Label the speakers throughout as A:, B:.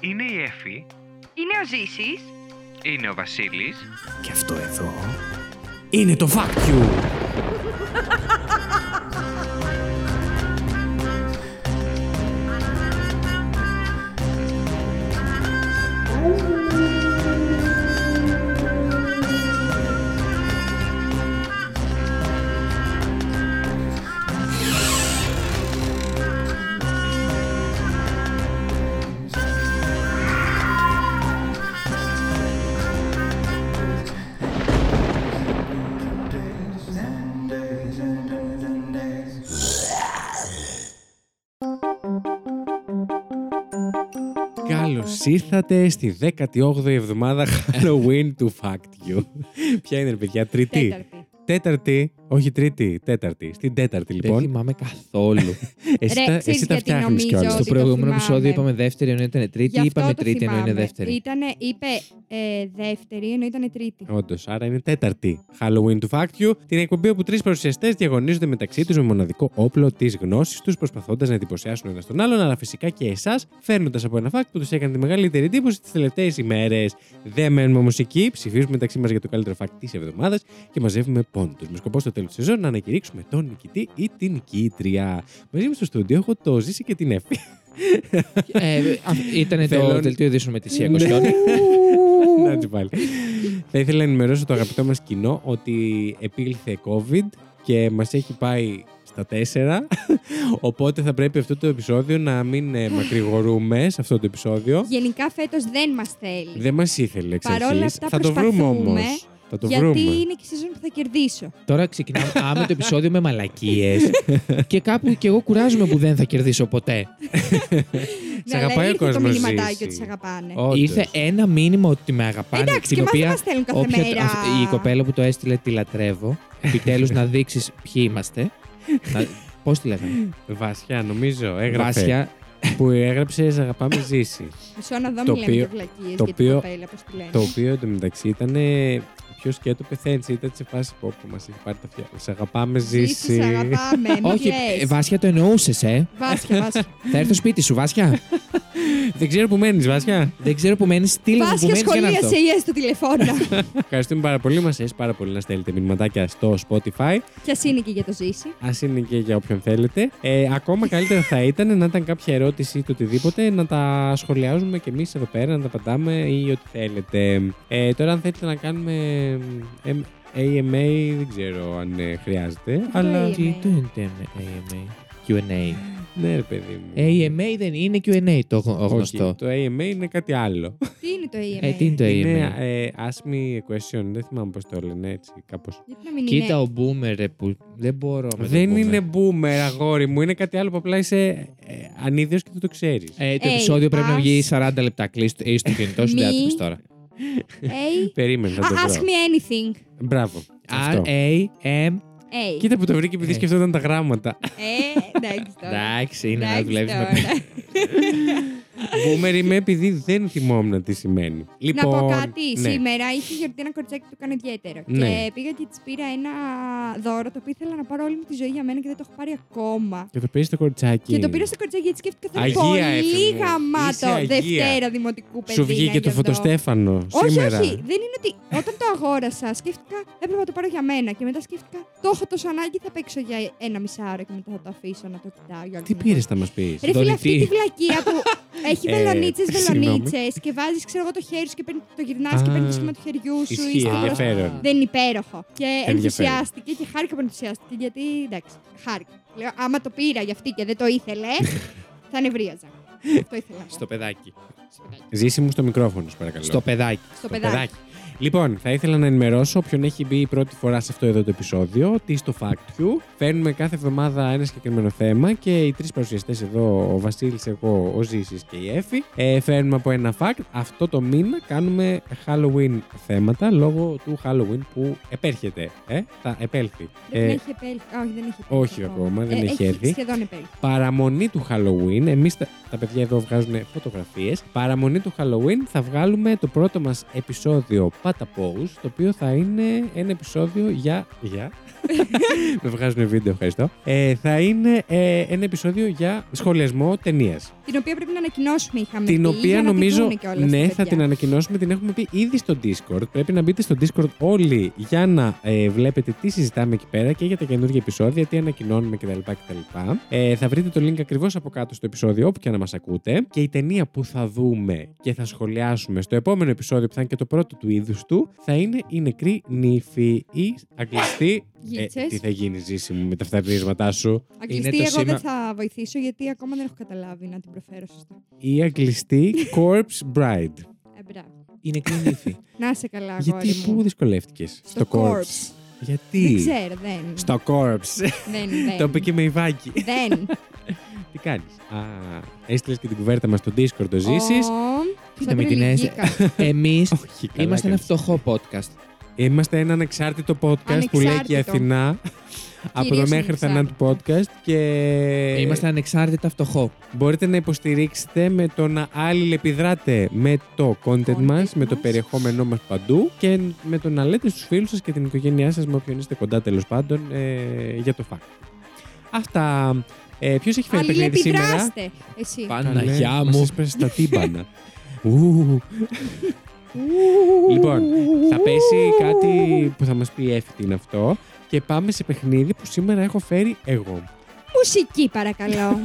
A: Είναι η Εφη,
B: Είναι ο Ζήσης.
A: είναι ο Βασίλης
C: Και αυτό εδώ είναι το Fact You. Καλώς ήρθατε στη 18η εβδομάδα Halloween του Fact You. Ποια είναι, ρε παιδιά, τρίτη.
D: Τέταρτη.
C: Τέταρτη, όχι τρίτη, τέταρτη. Στην τέταρτη
E: Δεν
C: λοιπόν.
E: θυμάμαι καθόλου.
C: Εσύ,
D: Ρε,
C: τα,
D: ξέρεις
C: εσύ τα
D: γιατί
C: φτιάχνεις
D: νομίζω
C: κιόλας.
E: Στο
D: ότι το
E: προηγούμενο
D: θυμάμαι.
E: επεισόδιο είπαμε δεύτερη ενώ ήταν τρίτη, είπαμε τρίτη ενώ είναι δεύτερη.
D: Ήτανε, είπε ε, δεύτερη ενώ ήταν τρίτη.
C: Όντως, άρα είναι τέταρτη Halloween του Fact You, την εκπομπή όπου τρεις παρουσιαστές διαγωνίζονται μεταξύ τους με μοναδικό όπλο της γνώσης τους, προσπαθώντας να εντυπωσιάσουν ένας τον άλλον, αλλά φυσικά και εσάς, φέρνοντας από ένα fact που τους έκανε τη μεγαλύτερη εντύπωση τις τελευταίες ημέρες. Δεν μένουμε μουσική, ψηφίζουμε μεταξύ μας για το καλύτερο fact της εβδομάδας και μαζεύουμε πόντους. Με σκοπό στο τέλος της σεζόν να ανακηρύξουμε τον νικητή ή την νικήτρια. Μαζί μου στο στούντιο έχω το ζήσει και την Εφη.
E: Ήταν
C: Θέλω-
E: Ε, το δελτίο ειδήσεων με τη Σία
C: Ναι.
E: Κοσιόνη.
C: Να έτσι πάλι. Θα ήθελα να ενημερώσω το αγαπητό μας κοινό ότι επήλθε COVID και μας έχει πάει στα τέσσερα. Οπότε θα πρέπει αυτό το επεισόδιο να μην ε, μακρηγορούμε σε αυτό το επεισόδιο.
D: Γενικά φέτος δεν μας θέλει.
C: Δεν μας ήθελε εξ
D: Παρόλα
C: αρχής.
D: αυτά
C: Θα το βρούμε
D: προσπαθούμε,
C: όμως. Θα το
D: γιατί
C: βρούμε.
D: είναι και η σεζόν που θα κερδίσω.
E: Τώρα ξεκινάμε άμε το επεισόδιο με μαλακίες. και κάπου και εγώ κουράζομαι που δεν θα κερδίσω ποτέ.
D: Ναι,
C: αγαπάει
D: αλλά
C: ο
D: ήρθε το
C: κόσμος,
D: μηνυματάκι
C: Ζήση.
D: ότι σε αγαπάνε.
C: Όντως.
E: Ήρθε ένα μήνυμα ότι με αγαπάνε.
D: Ε. Εντάξει,
E: την
D: και μας δεν
E: οποία
D: μας στέλνουν κάθε
E: όποια-
D: μέρα.
E: αυτή- Η κοπέλα που το έστειλε τη λατρεύω. Επιτέλους να δείξεις ποιοι είμαστε. Πώς τη λέγανε.
C: Βασιά, νομίζω, έγραψε.
E: Βάσια,
C: Που έγραψε «Σ' αγαπάμε ζήσει.
D: Μισό να δω,
C: το
D: μιλάμε για
C: οποίο-
D: βλακίες
C: το
D: για την
C: οποίο-
D: κοπέλα, πώς τη λένε.
C: το οποίο εντωμεταξύ ήταν ε, πιο σκέτο πεθαίνει. Ήταν σε φάση που όπου μας έχει πάρει τα αυτιά. «Σ' αγαπάμε
D: Ζήση, σε
C: ζήσει.
D: αγαπάμε, μην
E: Όχι,
D: κλαις.
E: ε, Βάσια το εννοούσες, ε.
D: Βάσια, Βάσια.
E: Θα έρθω σπίτι σου, Βάσια.
C: Δεν ξέρω που μένεις Βασιά.
E: Δεν ξέρω που μένεις, στείλε μου που
D: Βάσια,
E: μένεις για να έρθω.
D: σχολίασε η ΕΣ το τηλεφώνο.
C: Ευχαριστούμε πάρα πολύ. Μας αρέσει πάρα πολύ να στέλνετε μηνυματάκια στο Spotify.
D: Κι ας είναι και για το Ζήση.
C: Ας είναι και για όποιον θέλετε. Ε, ακόμα καλύτερα θα ήταν να ήταν κάποια ερώτηση ή το οτιδήποτε να τα σχολιάζουμε κι εμείς εδώ πέρα, να τα απαντάμε ή ό,τι θέλετε. Ε, τώρα, αν θέλετε να κάνουμε εμ, AMA, δεν ξέρω αν ε, χρειάζεται. Αλλά.
D: AMA.
E: Τι το είναι AMA. QA.
C: Ναι, ρε παιδί μου.
E: Ε, AMA δεν είναι QA το γο-
C: Όχι,
E: γνωστό.
C: το AMA είναι κάτι άλλο.
D: Τι είναι το EMA.
E: Ε, τι είναι το
C: Είναι
E: AMA.
C: ε, Ask Me a Question, δεν θυμάμαι πώς το λένε έτσι, κάπως.
D: Γιατί να μην είναι.
E: Κοίτα ο Boomer ρε, που δεν μπορώ με το
C: Δεν
E: Boomer.
C: είναι boomer, αγόρι μου. Είναι κάτι άλλο που απλά είσαι ε, ανίδιος και δεν το ξέρεις.
E: Ε, το
D: Hey,
E: επεισόδιο πρέπει να
D: ας-
E: βγει 40 λεπτά. Κλείστο ή στο κινητό σου, δεν
D: Μη-
E: άτυπες τώρα.
D: A-
C: Περίμενε να το
D: Α, Ask
C: βρω.
D: me anything.
C: Μπράβο.
E: R,
C: Αυτό.
E: A, M.
D: A.
C: Κοίτα που το βρήκε επειδή
E: Ε.
C: σκεφτόταν τα γράμματα.
D: Ε, εντάξει
C: Ναι,
D: τώρα.
E: Εντάξει, είναι να
D: Εντάξει
E: δουλεύει με
D: τώρα.
C: Boomer είμαι επειδή δεν θυμόμουν τι σημαίνει.
D: Να
C: Λοιπόν,
D: πω κάτι.
C: ναι.
D: Σήμερα είχε γιορτή ένα κοριτσάκι που το έκανε ιδιαίτερο.
C: Ναι.
D: Και πήγα και της πήρα ένα δώρο το οποίο ήθελα να πάρω όλη μου τη ζωή για μένα και δεν το έχω πάρει ακόμα.
C: Και το πήρες το κοριτσάκι.
D: Και το πήρα στο κοριτσάκι γιατί σκέφτηκα θα είναι
C: Αγία, Έφη
D: πολύ
C: μου. Είσαι
D: γαμάτο
C: αγία.
D: Δευτέρα Δημοτικού παιδί.
C: Σου
D: να
C: βγήκε
D: γιορτώ.
C: το φωτοστέφανο
D: Όχι,
C: σήμερα.
D: όχι. Δεν είναι ότι όταν το αγόρασα, σκέφτηκα έπρεπε να το πάρω για μένα. Και μετά σκέφτηκα το έχω τόσο ανάγκη, θα παίξω για ένα μισάωρο και μετά θα το αφήσω να το κοιτάω. για όλη
C: Τι
D: μέρα.
C: πήρε να μας πεις.
D: Ρε φίλε, αυτή τη
E: Δωρητή.
D: βλακεία που έχει
C: Ε,
D: βελονίτσες,
C: συγγνώμη.
D: βελονίτσες και βάζεις, ξέρω εγώ, το χέρι σου και παίρνει- το γυρνάς και
C: Α,
D: παίρνεις το σχήμα του χεριού σου. ή
C: Ισχύει,
D: στο πρόσωπο.
C: ενδιαφέρον.
D: Δεν είναι υπέροχο. Και
C: Ενδιαφέρον.
D: ενθουσιάστηκε και χάρηκα που ενθουσιάστηκε γιατί εντάξει, χάρηκα. Λέω, άμα το πήρα για αυτή και δεν το ήθελε, θα νευρίαζα. Αυτό ήθελα.
E: Στο παιδάκι.
D: Στο παιδάκι.
C: Ζήσει μου στο μικρόφωνο, σου παρακαλώ.
E: Στο παιδάκι.
D: Στο παιδάκι.
C: Λοιπόν, θα ήθελα να ενημερώσω όποιον έχει μπει πρώτη φορά σε αυτό εδώ το επεισόδιο ότι στο Fact You φέρνουμε κάθε εβδομάδα ένα συγκεκριμένο θέμα και οι τρεις παρουσιαστές εδώ, ο Βασίλης, εγώ, ο Ζήσης και η Εφη, ε, φέρνουμε από ένα fact. Αυτό το μήνα κάνουμε Halloween θέματα λόγω του Halloween που επέρχεται. Ε, θα επέλθει.
D: Πρέπει
C: Ε,
D: να έχει επέλθει. Α, Όχι, δεν έχει επέλθει. Ε,
C: όχι ακόμα, δεν έχει έρθει.
D: Σχεδόν επέλθει.
C: παραμονή του Halloween. Εμείς τα, τα παιδιά εδώ βγάζουν φωτογραφίες. Παραμονή του Halloween θα βγάλουμε το πρώτο μας επεισόδιο Pata Pose, το οποίο θα είναι ένα επεισόδιο για. Για. Με βγάζουν βίντεο, ευχαριστώ. Ε, θα είναι ε, ένα επεισόδιο για σχολιασμό ταινίας.
D: Την οποία πρέπει να ανακοινώσουμε, είχαμε
C: Την
D: πει,
C: οποία
D: για να τη
C: νομίζω.
D: δούνε κιόλας τα
C: Ναι, θα
D: παιδιά.
C: την ανακοινώσουμε. Την έχουμε πει ήδη στο Discord. Πρέπει να μπείτε στο Discord όλοι για να ε, βλέπετε τι συζητάμε εκεί πέρα και για τα καινούργια επεισόδια, τι ανακοινώνουμε κτλ. κτλ. Ε, θα βρείτε το link ακριβώς από κάτω στο επεισόδιο, όπου και να μας ακούτε. Και η ταινία που θα δούμε και θα σχολιάσουμε στο επόμενο επεισόδιο, που θα είναι και το πρώτο του είδους του, θα είναι Η Νεκρή Νύφη ή Αγγλιστή. Ε,
D: Γίτσες.
C: τι θα γίνει, ζήση μου, με τα φταπνίσματά σου.
D: Αγγλιστή,
E: Είναι το
D: εγώ
E: σήμα-
D: δεν θα βοηθήσω γιατί ακόμα δεν έχω καταλάβει να την προφέρω σωστά.
C: Η Αγγλιστή Corpse Bride.
D: Ε, μπράβο.
E: Είναι κρινήθη.
D: Να σε καλά, αγόρι
C: Γιατί,
D: μου.
C: πού δυσκολεύτηκες.
D: Στο corpse. Δεν
C: Γιατί.
D: ξέρω, Ε, δεν.
C: Στο corpse.
D: Δεν, δεν.
C: Το είπε και με Ιβάκη.
D: Δεν.
C: Τι κάνεις. Α, έστειλες και την κουβέρτα μας στο Discord, το ζήσεις.
D: Ω,
E: Τι
D: σαν
E: να μην την
D: τρελική
E: έζε- Εμείς
C: Όχι, καλά.
E: είμαστε ένα
C: κάνεις.
E: φτωχό podcast.
C: Είμαστε ένα ανεξάρτητο podcast που λέει και η
D: Ανεξάρτητο.
C: Αθηνά. Από το
D: Κυρίως Ε,
C: μέχρι θανάτου podcast και Ε,
E: Είμαστε ανεξάρτητα φτωχό.
C: μπορείτε να υποστηρίξετε με το να αλληλεπιδράτε με το content
D: Content
C: μας, με το
D: μας.
C: περιεχόμενό μας παντού και με το να λέτε στους φίλους σας και την οικογένειά σας με όποιον είστε κοντά τέλος πάντων ε, για το fact. Αυτά. Ε, ποιος έχει φέρει παιχνίδι σήμερα?
D: Αλληλεπιδράστε. Εσύ.
E: Παναγιά
C: Μας
E: μου.
C: έσπασε τα τύμπανα. Ου. Λοιπόν, θα πέσει κάτι που θα μας πει η Εύη τι είναι αυτό και πάμε σε παιχνίδι που σήμερα έχω φέρει εγώ.
D: Μουσική, παρακαλώ.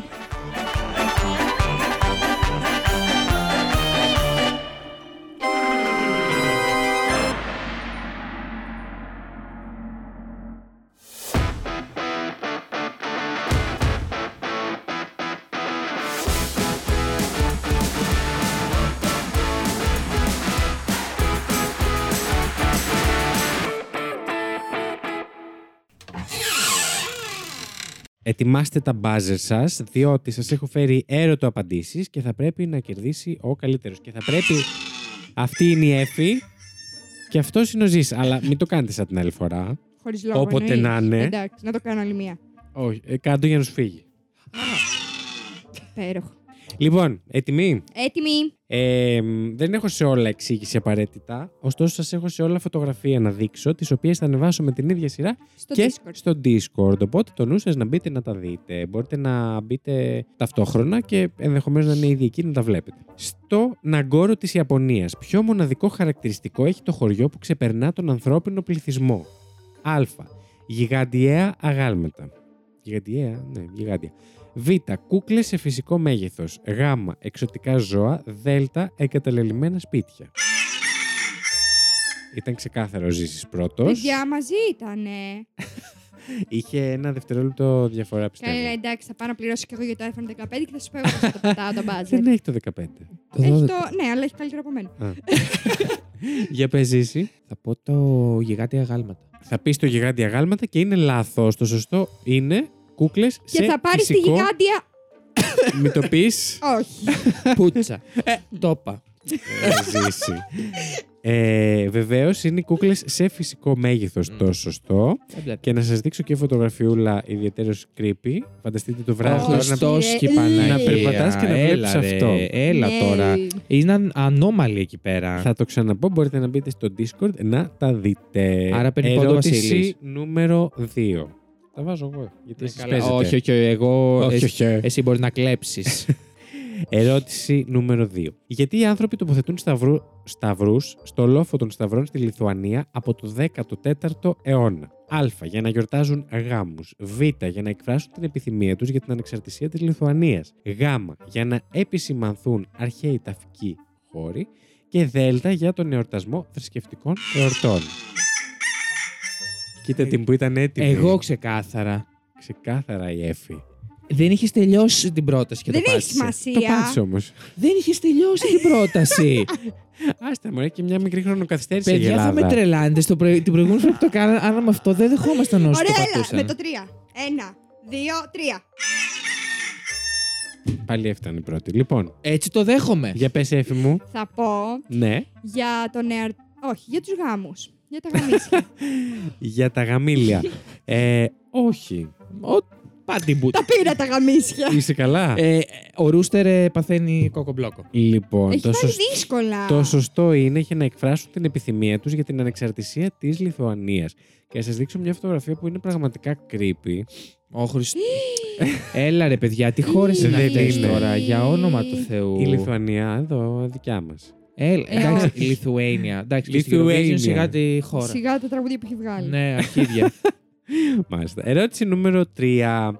C: Ετοιμάστε τα μπάζερ σας, διότι σας έχω φέρει έρωτο απαντήσεις και θα πρέπει να κερδίσει ο καλύτερος. Και θα πρέπει... Αυτή είναι η Εύη και αυτός είναι ο Ζης. Αλλά μην το κάνετε σαν την άλλη φορά.
D: Χωρίς λόγο.
C: Όποτε
D: εννοείς.
C: να είναι.
D: Εντάξει, να το κάνω άλλη μία.
C: Όχι, ε, κάντο για να σου φύγει.
D: Υπέροχο.
C: Λοιπόν, έτοιμοι.
D: Έτοιμοι.
C: Ε, μ, δεν έχω σε όλα εξήγηση απαραίτητα. Ωστόσο, σας έχω σε όλα φωτογραφία να δείξω, τις οποίες θα ανεβάσω με την ίδια σειρά
D: Στο
C: και
D: Discord.
C: στο Discord. Οπότε το νου σας να μπείτε να τα δείτε. Μπορείτε να μπείτε ταυτόχρονα και ενδεχομένως να είναι ήδη εκεί να τα βλέπετε. Στο Ναγκόρο της Ιαπωνίας, ποιο μοναδικό χαρακτηριστικό έχει το χωριό που ξεπερνά τον ανθρώπινο πληθυσμό. Α. Γιγαντιαία αγάλματα. Γιγαντιαία, ναι, γιγάντια. Β. Κούκλες σε φυσικό μέγεθος. Γ. Εξωτικά ζώα. Δ. Εγκαταλελειμμένα σπίτια. Ήταν ξεκάθαρο ζήσεις πρώτος.
D: Παιδιά μαζί ήταν.
C: Είχε ένα δευτερόλεπτο διαφορά, πιστεύω.
D: Καλά, Ε, εντάξει, θα πάω να πληρώσω κι εγώ για το iPhone 15 και θα σου πω εγώ πώς θα το πετάω το μπάζερ.
C: Δεν έχει το 15.
E: Το
D: Έχει
E: 12.
D: το... Ναι, αλλά έχει καλύτερο από μένα.
C: Α. Για πες ζήσει.
E: Θα πω το γιγάντια γάλματα.
C: Θα πεις το γιγάντια γάλματα και είναι λάθος. Το σωστό είναι κούκλες σε
D: Και θα πάρεις τη
C: φυσικό.
D: γιγάντια.
C: Μην το πεις.
D: Όχι.
E: Πούτσα.
C: Ε.
E: Τόπα.
C: ζήσει. Ε, Βεβαίως είναι κούκλες σε φυσικό μέγεθος. Το σωστό.
E: Δεν βλέπω.
C: Και να σας δείξω και φωτογραφιούλα ιδιαίτερος creepy. Φανταστείτε το
E: Ο
C: βράδυ τώρα να
E: Χριστός
D: ρε,
E: και η
D: ε,
E: Παναγία.
D: να
C: περπατάς και να
E: Έλα,
C: βλέπεις
E: ρε,
C: αυτό.
E: Έλα
D: Ναι.
E: τώρα. Είναι ανώμαλοι εκεί πέρα.
C: Θα το ξαναπώ, μπορείτε να μπείτε στο Discord να τα δείτε.
E: Άρα παίρνει πόντο ο
C: Ερώτηση
E: Βασίλης.
C: νούμero 2. Τα βάζω εγώ, γιατί
E: Ναι,
C: εσείς
E: καλά.
C: παίζετε.
E: Όχι, όχι, εγώ.
C: Όχι,
E: εσύ-
C: όχι.
E: Εσύ μπορείς να κλέψεις.
C: Ερώτηση νούμερο 2. Γιατί οι άνθρωποι τοποθετούν σταυρού, σταυρούς στο λόφο των σταυρών στη Λιθουανία από το 14ο αιώνα. Α. Για να γιορτάζουν γάμους. Β. Για να εκφράσουν την επιθυμία τους για την ανεξαρτησία της Λιθουανίας. Γ. Για να επισημανθούν αρχαίοι ταφικοί χώροι. Και Δ. Για τον εορτασμό θρησκευτικών εορτών. Κοίτα την που ήταν έτοιμη.
E: εγώ ξεκάθαρα.
C: Ξεκάθαρα η Εφη.
E: Δεν είχες τελειώσει την πρόταση και
D: Δεν
E: το
D: έχει
E: πάτησες.
C: Το
D: σημασία.
C: πάτησε όμως.
E: Δεν είχες τελειώσει την πρόταση.
C: Άστα μωρέ και μια μικρή χρονοκαθυστέρηση η
E: Παιδιά, θα
C: Ελλάδα.
E: με τρελάνετε. Στο πρωί- την προηγούμενη φορά που το κάναμε, άρα με αυτό δεν δεχόμασταν όσοι το
D: Ωραία, έλα.
E: πατούσαν.
D: Με το τρία. Ένα, δύο, τρία.
C: Πάλι έφτανε η πρώτη. Λοιπόν,
E: Έτσι το δέχομαι.
C: για πες έφη μου.
D: Θα πω
C: Ναι.
D: για τον εαρ... Όχι, για τους γάμους. Για τα γαμίσια.
C: Για τα γαμήλια. ε, όχι.
E: Ο- Πάτη μπουτ.
D: Τα πήρα τα γαμίσια.
C: Είσαι καλά.
E: Ε, ο Ρούστερ ε, παθαίνει κοκομπλόκο.
C: Λοιπόν,
D: Έχει
C: το,
D: πάει
C: σωσ-
D: δύσκολα.
C: το σωστό είναι για να εκφράσουν την επιθυμία τους για την ανεξαρτησία της Λιθουανίας. Και να σας δείξω μια φωτογραφία που είναι πραγματικά creepy.
E: Ο Χριστ... Έλα ρε παιδιά, τι χώρες είναι
C: Δεν
E: αυτές
C: είναι.
E: τώρα, για όνομα του Θεού.
C: Η Λιθουανία εδώ, δικιά μας.
E: Έλα,
D: Ε,
E: εντάξει,
D: όχι.
E: η Λιθουένια. Εντάξει, και στη
C: Λιθουένια.
E: Eurovision σιγά τη χώρα.
D: Σιγά τα τραγούδια που έχει βγάλει.
E: Ναι, αρχίδια.
C: Μάλιστα. Ερώτηση νούμερο 3.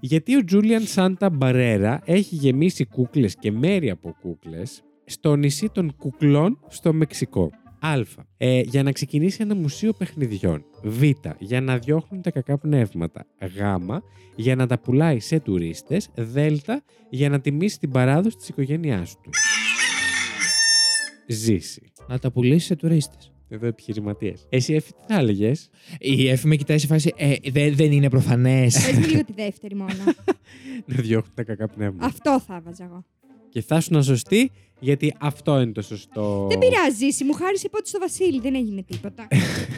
C: Γιατί ο Τζούλιαν Σάντα Μπαρέρα έχει γεμίσει κούκλες και μέρη από κούκλες στο νησί των κουκλών στο Μεξικό. Α. Ε, για να ξεκινήσει ένα μουσείο παιχνιδιών. Β. Για να διώχνουν τα κακά πνεύματα. Γ. Για να τα πουλάει σε τουρίστες. Δ. Για να τιμήσει την παράδοση της οικογένειάς του. Ζήσει.
E: να τα πουλήσεις σε τουρίστες.
C: Εδώ επιχειρηματίες. Εσύ Εφη, τι θα έλεγες?
E: Η Εφη με κοιτάει σε φάση. Ε, δε- δεν είναι προφανές.
D: Πες μου λίγο τη δεύτερη μόνο.
C: Να διώχνουν τα κακά πνεύματα.
D: Αυτό θα βάζα εγώ.
C: Και θα σου να σωστή, γιατί αυτό είναι το σωστό.
D: Δεν πειράζει, εσύ μου χάρισε πότε στο Βασίλη, δεν έγινε τίποτα.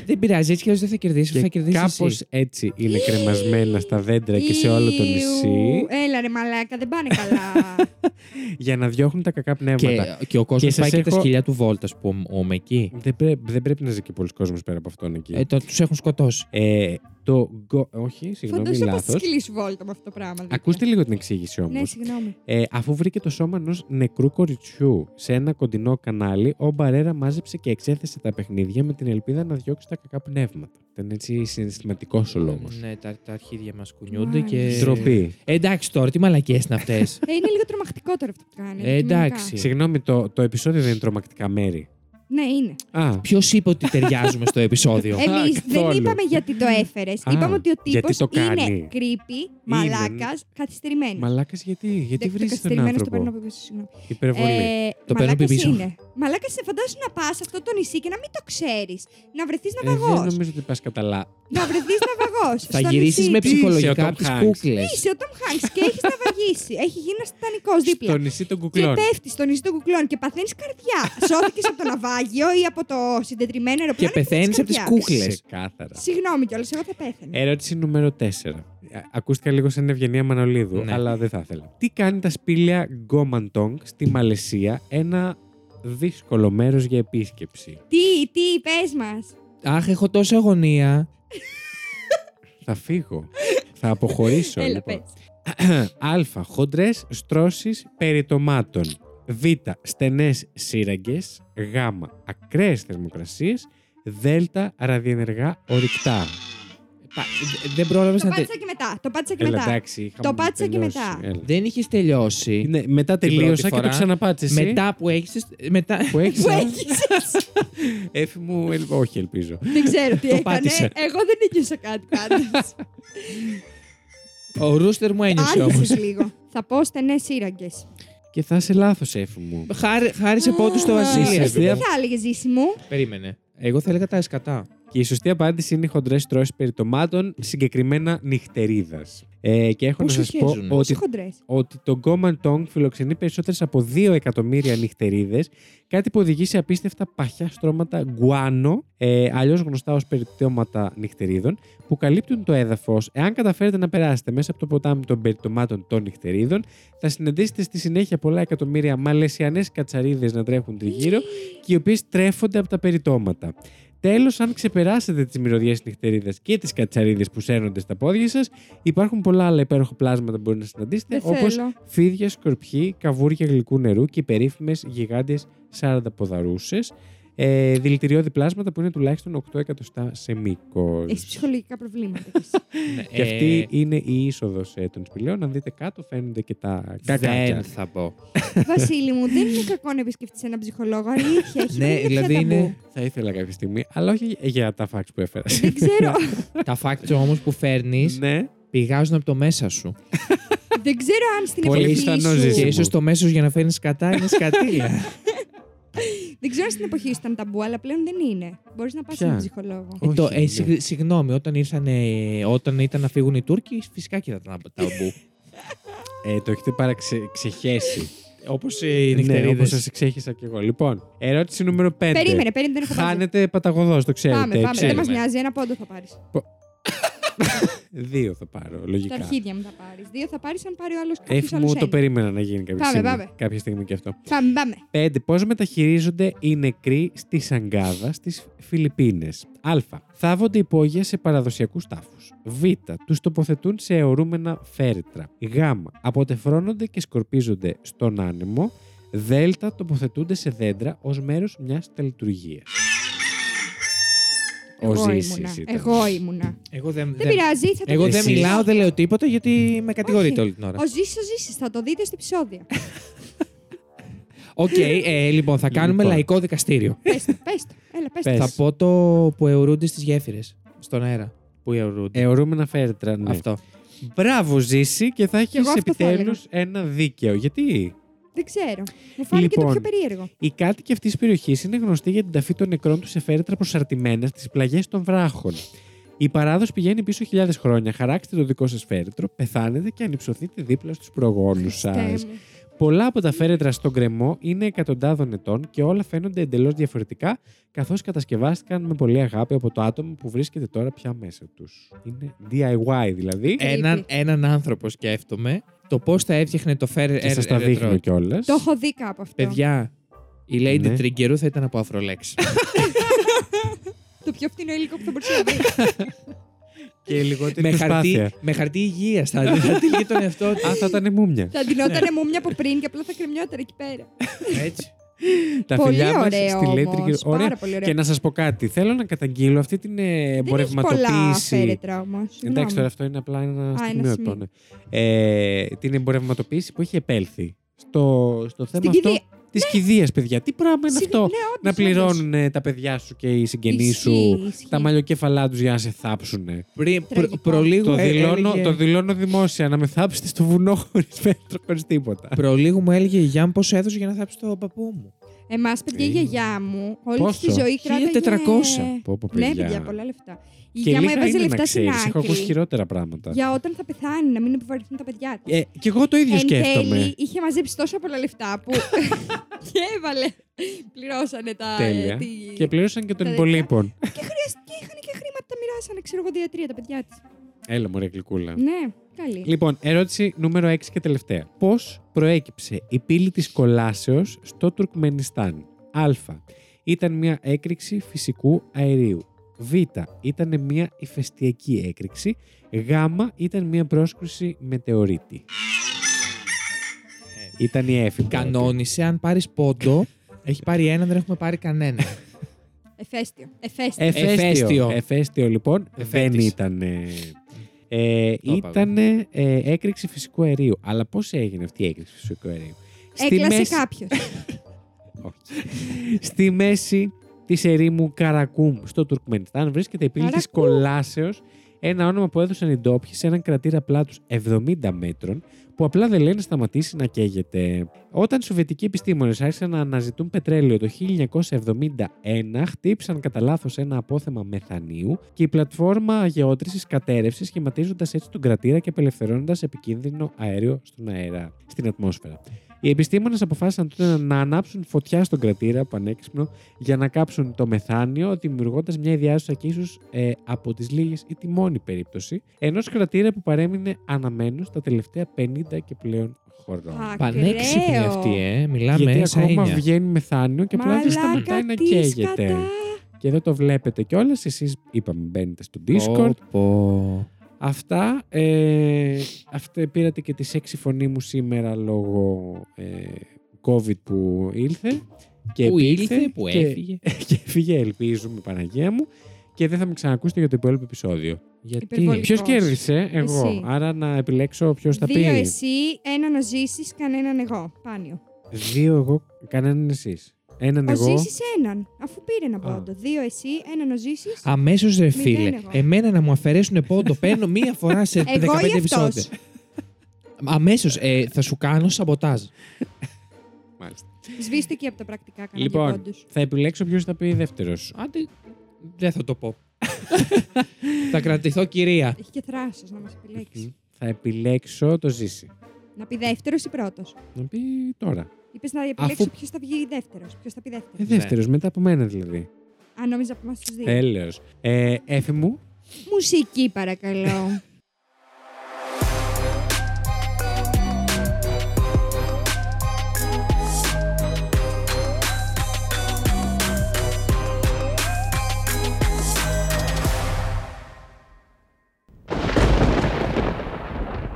E: δεν πειράζει, έτσι κι αλλιώς δεν θα κερδίσεις. Θα
C: Και
E: κερδίσεις.
C: κάπως έτσι είναι κρεμασμένα στα δέντρα και σε όλο το νησί
D: Ιου, Έλα ρε μαλάκα, δεν πάνε καλά.
C: για να διώχνουν τα κακά πνεύματα.
E: Και, και ο κόσμος
C: Και σας
E: πάει και τα
C: έχω-
E: σκυλιά του βόλτα που ομ εκεί.
C: Δεν, πρέπει, δεν πρέπει να ζει και πολλοί κόσμος πέρα από αυτόν εκεί.
E: Ε, το, τους έχουν σκοτώσει.
C: Ε, το γκο... Όχι, συγγνώμη,
D: Φαντάζομαι πώ
C: λάθος.
D: σκυλή βόλτα με αυτό το πράγμα. δίπλα.
C: Ακούστε λίγο την εξήγηση
D: Ναι,
C: όμως.
D: συγγνώμη.
C: Ε, αφού βρήκε το σώμα ενός νεκρού κοριτσιού σε ένα κοντινό κανάλι, ο Μπαρέρα μάζεψε και εξέθεσε τα παιχνίδια με την ελπίδα να διώξει τα κακά πνεύματα. Ήταν έτσι συναισθηματικός ο λόγος.
E: Ναι, τα, τα αρχίδια μας κουνιούνται και.
D: Μάλιστα.
C: Ντροπή.
E: Ε, εντάξει τώρα, τι μαλακές είναι αυτές.
D: Ε, είναι λίγο τρομακτικό τώρα αυτό που κάνει.
E: Ε, εντάξει.
D: αντικειμενικά.
C: Συγγνώμη, το, το επεισόδιο δεν είναι τρομακτικά μέρη.
D: Ναι, είναι.
C: Α,
E: Ποιος είπε ότι ταιριάζουμε στο επεισόδιο.
D: Εμείς δεν
C: καθόλου.
D: είπαμε γιατί το έφερες.
C: Α,
D: Είπαμε ότι ο
C: γιατί
D: τύπος
C: το
D: είναι
C: κάνει.
D: creepy, μαλάκας, καθυστερημένος.
C: μαλάκας γιατί, γιατί
D: Εντάξει, το
C: βρει τον
D: καθυστερημένος το παίρνω
C: άνθρωπο.
D: από πίσω, συγγνώμη.
C: Υπερβολή.
D: Ε,
E: Το παίρνω
D: μαλάκας
E: πίσω.
D: είναι. Μαλάκα, σε φαντάσου να πας αυτό το νησί και να μην το ξέρεις. Να βρεθείς
C: Ε,
D: ναυαγό.
C: δεν νομίζω ότι πας καλά.
D: Να βρεθείς ναυαγό.
E: θα γυρίσει με
C: τι είσαι,
E: ψυχολογικά
C: ο
E: από τις
C: Tom Hanks.
E: κούκλες.
D: Είσαι ο Τόμ Χάγκ και έχεις ναυαγίσει. Έχει γίνει ένας τιτανικός δίπλα.
C: Στο νησί των
D: Και
C: κουκλών.
D: πέφτεις στο νησί των κουκλών και παθαίνεις καρδιά. Σώθηκες από το ναυάγιο ή από το συντετριμένο αεροπλάνο.
E: Και πεθαίνεις
D: παθαίνεις
E: από τις
D: καρδιά.
E: κούκλες.
C: Ξεκάθαρα.
D: Συγγνώμη κιόλας, εγώ θα πέθανα.
C: Ερώτηση νούμερο 4. Α, Ακούστηκα λίγο σαν Ευγενία Μανολίδου,
E: Ναι.
C: αλλά δεν θα ήθελα. Τι κάνει τα σπήλαια Γκόμαντονγκ στη Μαλαισία, ένα δύσκολο μέρος για επίσκεψη.
D: Τι, τι, πε μας.
E: Αχ, έχω τόση αγωνία.
C: θα φύγω. θα αποχωρήσω.
D: Έλα,
C: λοιπόν.
D: πες.
C: Α. Χοντρές στρώσεις περιτομάτων. Β. Στενές σύραγγες. Γ. Ακραίες θερμοκρασίες. Δ. Ραδιενεργά ορυκτά.
E: Πα- δε- Δεν πρόλαβες
D: Το
E: να. τε-
D: πάτησα και μετά. Το πάτησα και
C: Έλα,
D: μετά.
C: εντάξει. είχαμε
D: Το πάτησα και
C: τελειώσει.
D: μετά.
C: Έλα.
E: Δεν είχες τελειώσει.
C: Ναι, μετά
E: Την πρώτη
C: τελείωσα και το
E: φορά.
C: ξαναπάτησες.
E: Μετά που έχεις. Μετά...
C: Που έχεις,
D: Που
C: α?
D: έχεις εσύ.
C: Έφη μου, ελ- όχι ελπίζω.
D: Δεν ξέρω τι
E: Το
D: έκανε.
E: πάτησα.
D: Εγώ δεν νίκησα κάτι πάντως.
E: Ο Ρούστερ μου ένιωσε όμω.
D: Άρχισε λίγο. Θα πω στενέ σύραγγες.
C: Και θα είσαι λάθος, Έφη μου.
E: Χάρισε πόντους στο
C: Ζήσες,
D: Τι
C: δε-
E: Βασίλειο.
D: θα έλεγε, ζήση μου.
E: Περίμενε. Εγώ θα έλεγα τα εσκατά.
C: Και η σωστή απάντηση είναι οι χοντρές τρώσεις περιτομάτων, συγκεκριμένα νυχτερίδας. Ε, και έχω
E: Πού
C: να
E: σου
C: σας πω
E: χέζουνε,
D: Πόσο
C: ότι,
D: χοντρές.
C: ότι το Γκόμαν Τόγκ φιλοξενεί περισσότερες από 2 εκατομμύρια νυχτερίδες, κάτι που οδηγεί σε απίστευτα παχιά στρώματα γκουάνο, ε, αλλιώς γνωστά ως περιτώματα νυχτερίδων, που καλύπτουν το έδαφος. Εάν καταφέρετε να περάσετε μέσα από το ποτάμι των περιτωμάτων των νυχτερίδων, θα συναντήσετε στη συνέχεια πολλά εκατομμύρια μαλαισιανές κατσαρίδες να τρέχουν τριγύρω και οι οποίες τρέφονται από τα περιτώματα. Τέλος, αν ξεπεράσετε τις μυρωδιές τη νυχτερίδα και τις κατσαρίδες που σέρνονται στα πόδια σας, υπάρχουν πολλά άλλα υπέροχα πλάσματα που μπορείτε να συναντήσετε,
D: Δεν
C: όπως
D: θέλω.
C: φίδια, σκορπιοί, καβούρια γλυκού νερού και περίφημες γιγάντιες 40 ποδαρούσε. Ε, δηλητηριώδη πλάσματα που είναι τουλάχιστον 8 εκατοστά σε μήκος.
D: Έχεις ψυχολογικά προβλήματα. κι εσύ.
C: Ναι, Και αυτή είναι η είσοδος των σπηλαίων. Αν δείτε κάτω, φαίνονται και τα
E: Ε, Δεν
C: κακάκια.
E: θα πω.
D: Βασίλη μου, δεν είναι κακό να επισκεφτείς έναν ψυχολόγο. Αλήθεια, έχει
E: Ναι,
D: γίνει
E: δηλαδή
D: πια ταμπού.
E: είναι.
C: Θα ήθελα κάποια στιγμή, αλλά όχι για τα φάξ που έφερα.
D: Δεν ξέρω,
E: τα facts όμως που φέρνεις
C: ναι.
E: πηγάζουν από το μέσα σου.
D: δεν ξέρω αν στην
C: Πολύ
D: εποχή
C: πιθανό,
D: σου.
C: Ζήση
E: Και
C: μου.
E: ίσως το μέσος για να φέρνεις κατά είναι σκατήλα.
D: Δεν ξέρω αν στην εποχή σου ήταν ταμπού, αλλά πλέον δεν είναι. Μπορείς να πας σε
C: Ποια?
D: έναν ψυχολόγο.
E: Ε, το-
C: Όχι,
E: ε,
C: ναι.
E: συγ- Συγγνώμη, όταν, ήρθαν, ε, όταν ήταν να φύγουν οι Τούρκοι, φυσικά και ήταν ταμπού.
C: Ε, το έχετε παραξεχέσει.
E: Όπως οι
C: ναι, όπως
E: νυχτερίδε.
C: σα ξέχασα κι εγώ. Λοιπόν, ερώτηση νούμερο 5.
D: Περίμενε, περίμενε, δεν έχω πάρει.
C: Χάνετε παταγωδός, το ξέρετε.
D: Πάμε, πάμε. Δεν
C: ξέρουμε.
D: μα νοιάζει, ένα πόντο θα πάρεις.
C: Δύο θα πάρω,
D: Τα
C: λογικά.
D: αρχίδια μου θα πάρεις. Δύο θα πάρεις αν πάρει ο άλλος
C: Εφ
D: κάποιο άλλος.
C: μου το
D: ένα.
C: περίμενα να γίνει κάποια
D: Πάμε,
C: στιγμή,
D: πάμε.
C: κάποια στιγμή και αυτό.
D: Πάμε, πάμε.
C: Πέντε. Πώς μεταχειρίζονται οι νεκροί στη Σαγκάδα στις Φιλιππίνες. Α. Θάβονται υπόγεια σε παραδοσιακούς τάφους. Β. Τους τοποθετούν σε αιωρούμενα φέρετρα. Γ. Αποτεφρώνονται και σκορπίζονται στον άνεμο. Δ. Τοποθετούνται σε δέντρα ως μέρος μιας τελετουργίας. Ο
D: Εγώ
C: Ζήσης
D: ήμουνα.
C: ήταν.
D: Εγώ ήμουνα.
E: Εγώ δεν,
D: Δεν πειράζει, θα το
E: Εγώ
D: δείτε
E: δεν
D: στο
C: Εσείς.
E: μιλάω,
D: επεισόδιο.
E: δεν λέω τίποτα γιατί με
D: Όχι.
E: κατηγορείτε όλη την ώρα.
D: Ο Ζήσης, ο Ζήσης, θα το δείτε στο επεισόδιο.
E: Οκ, ε, λοιπόν, θα κάνουμε
C: Λοιπόν.
E: λαϊκό δικαστήριο.
D: πες το, πες το. Έλα, πες το.
C: Πες.
E: Θα πω το που αιωρούνται στις γέφυρες. Στον αέρα. Που αιωρούνται.
C: Αιωρούμενα φέρετρα, ναι.
E: Αυτό.
C: Μπράβο, Ζήση, και θα έχει
D: εγώ αυτό θα
C: επιτέλους ένα δίκαιο. Γιατί
D: Δεν ξέρω. Μου φάνηκε το
C: Λοιπόν.
D: πιο περίεργο.
C: Οι κάτοικοι αυτής της περιοχής είναι γνωστοί για την ταφή των νεκρών τους σε φέρετρα προσαρτημένα στις πλαγιές των βράχων. Η παράδοση πηγαίνει πίσω χιλιάδες χρόνια. Χαράξτε το δικό σας φέρετρο, πεθάνετε και ανυψωθείτε δίπλα στους προγόνους σα.
D: Χριστέ μου.
C: Πολλά από τα φέρετρα στον κρεμό είναι εκατοντάδων ετών και όλα φαίνονται εντελώς διαφορετικά, καθώς κατασκευάστηκαν με πολλή αγάπη από το άτομο που βρίσκεται τώρα πια μέσα τους. Είναι DIY δηλαδή.
D: Ε,
E: Έναν, έναν άνθρωπο σκέφτομαι το πώς θα έφτιαχνε το φέρετρο.
C: και σας τα δείχνω κιόλας.
D: Το έχω δει κάπου αυτό.
E: Παιδιά, η Lady
C: Ναι.
E: Τριγκερού θα ήταν από Αφρολέξ.
D: Το πιο φθηνό υλικό που θα μπορούσε να δει.
C: Και λιγότερη
E: με, χαρτί,
C: προσπάθεια.
E: με χαρτί υγείας. Θα, θα τυλίγει τον εαυτό
C: Α,
E: τη.
C: θα ήταν μουμια.
D: Θα ντυνότανε μου μια από πριν και απλά θα κρεμιόταν εκεί πέρα.
E: Έτσι.
C: Τα
D: πολύ
C: φιλιά μας
D: ωραίο
C: στη Λέτρικη.
D: όμως,
C: Ωραία.
D: Πάρα πολύ ωραίο.
C: Και να σας πω κάτι. Θέλω να καταγγείλω αυτή την ε,
D: Δεν έχεις πολλά
C: εμπορευματοποίηση.
D: φέρετρα όμως.
C: Εντάξει, τώρα αυτό είναι απλά ένα
D: ένα
C: στιγμιότο.
D: σημείο.
C: ναι. Ε, την εμπορευματοποίηση που έχει επέλθει στο, στο θέμα αυτό
D: κηδεία. Ναι.
C: τη κηδεία, παιδιά. Τι πράγμα είναι αυτό. να πληρώνουν
D: πληρώνουν
C: ε, τα παιδιά σου και οι συγγενείς σου τα μαλλιοκέφαλά τους για να σε
D: Ε,
C: θάψουν.
E: Πριν, προ,
D: Τραγικό.
E: προλίγου
C: Το,
E: ε,
C: δηλώνω,
E: έλεγε-
C: το δηλώνω δημόσια, να με θάψετε στο βουνό χωρίς πέτρο, χωρίς τίποτα.
E: Προλίγου μου έλεγε η Γιάννη πόσο έδωσε για να θάψει τον παππού μου.
D: Εμάς, παιδιά, η
C: Ε,
D: γιαγιά μου όλη
C: πόσο?
D: της τη ζωή κράταγε.
E: 1400.
C: Πω, πω,
D: Ναι, παιδιά, πολλά λεφτά. Η
C: Και
D: γιαγιά μου
C: λίγα
D: έβαζε
C: είναι να
D: λεφτά στην
C: ξέρεις, έχω ακούσει
D: άκρη
C: χειρότερα πράγματα.
D: για όταν θα πεθάνει, να μην επιβαρυνθούν τα παιδιά της.
C: Ε, κι εγώ το ίδιο
D: Εν τέλει,
C: σκέφτομαι.
D: είχε μαζέψει τόσα πολλά λεφτά που. και έβαλε. Πληρώσανε τα.
C: Τέλεια.
D: τη-
C: Και πλήρωσαν και των
D: τα
C: υπολείπων.
D: Και, χρειασ- και είχαν και χρήματα, τα μοιράσανε, ξέρω εγώ, δύο-τρία τα παιδιά της.
C: Έλα μου, ρε γλυκούλα.
D: Ναι, καλή.
C: Λοιπόν, ερώτηση νούμερο 6 και τελευταία. Πώς προέκυψε η πύλη της κολάσεως στο Τουρκμενιστάν. Α. Ήταν μια έκρηξη φυσικού αερίου. Β. Ήταν μια ηφαιστειακή έκρηξη. Γ. Ήταν μια πρόσκρουση μετεωρίτη. Ήταν η Εφη. τώρα.
E: Κανόνισε, αν πάρεις πόντο, έχει πάρει ένα, δεν έχουμε πάρει κανένα.
D: Εφέστιο. Εφέστιο.
C: Εφέστιο.
E: Εφέστιο.
C: Εφέστιο, λοιπόν,
E: Εφέτης.
C: δεν ήταν. Ε,
E: Το
C: ήταν ε, έκρηξη φυσικού αερίου. Αλλά πώς έγινε αυτή η έκρηξη φυσικού αερίου.
D: Ε, Έκλασε κάποιο.
C: Στη μέση της ερήμου Καρακούμ στο Τουρκμενιστάν βρίσκεται η πύλη τη
D: Καρακούμ.
C: Κολάσεως, ένα όνομα που έδωσαν οι ντόπιοι σε έναν κρατήρα πλάτου 70 μέτρων, που απλά δεν λένε σταματήσει να καίγεται. Όταν Σοβιετικοί επιστήμονες άρχισαν να αναζητούν πετρέλαιο το 1971, χτύπησαν κατά λάθος ένα απόθεμα μεθανίου και η πλατφόρμα αγεώτρησης κατέρευσε, σχηματίζοντας έτσι τον κρατήρα και απελευθερώνοντας επικίνδυνο αέριο στον αέρα, στην ατμόσφαιρα. Οι επιστήμονες αποφάσισαν τότε να ανάψουν φωτιά στον κρατήρα πανέξυπνο για να κάψουν το μεθάνιο, δημιουργώντας μια ιδιάζουσα και ίσως ε, από τις λίγες ή τη μόνη περίπτωση ενός κρατήρα που παρέμεινε αναμένος τα τελευταία 50 και πλέον χρόνια.
E: Πανέξυπνη
D: Ακραίο.
E: αυτή, ε. Μιλάμε
C: Γιατί
E: σαν
C: ακόμα
E: έννοια.
C: βγαίνει μεθάνιο και απλά δεν σταματάει να
D: τι
C: καίγεται.
D: σκατά.
C: Και δεν το βλέπετε κιόλας. Εσείς είπαμε μπαίνετε στο Discord.
E: Πω, πω.
C: Αυτά. Ε, αυτά πήρατε και τη σεξι φωνή μου σήμερα λόγω ε, COVID που ήλθε. Και
E: Που
C: επήλθε
E: ήλθε, που
C: και- Ε,
E: έφυγε.
C: και έφυγε, ελπίζουμε, Παναγία μου. Και δεν θα με ξανακούσετε για το υπόλοιπο επεισόδιο.
E: Γιατί.
D: Υπερβολικό.
C: Ποιος κέρδισε, εγώ.
D: Εσύ.
C: Άρα να επιλέξω ποιος θα πει.
D: Δύο εσύ, έναν ο Ζήσης, κανέναν εγώ. Πάνιο.
C: Δύο εγώ, κανέναν εσείς. Έναν
D: Ο
C: εγώ.
D: Ζήσης έναν, αφού πήρε ένα
C: Α.
D: πόντο. Δύο εσύ, έναν ο Ζήσης.
E: Αμέσως ρε
D: Μηδέν
E: φίλε.
D: εγώ.
E: Εμένα να μου αφαιρέσουν πόντο. Παίρνω μία φορά σε
D: Εγώ ή
E: 15
D: αυτός.
E: επεισόδια. Αμέσως θα σου κάνω σαμποτάζ.
C: Μάλιστα.
D: Σβήστε και από τα πρακτικά κανένα
C: Λοιπόν.
D: λοιπόν. πόντους.
C: Θα επιλέξω ποιος θα πει δεύτερος.
E: Άντε, δεν θα το πω. θα κρατηθώ κυρία.
D: Έχει και θράσος να μας επιλέξει.
C: Θα επιλέξω το ζήσει.
D: Να πει δεύτερος ή πρώτος.
C: Να πει τώρα.
D: Είπες να επιλέξω
E: Αφού-
D: ποιος θα βγει δεύτερος. Ποιος θα πει δεύτερος.
C: Ε, δεύτερος, μετά από μένα δηλαδή.
D: Αν νόμιζα από εμάς τους δύο.
C: Τέλο. Ε, έφη μου,
D: Μουσική παρακαλώ.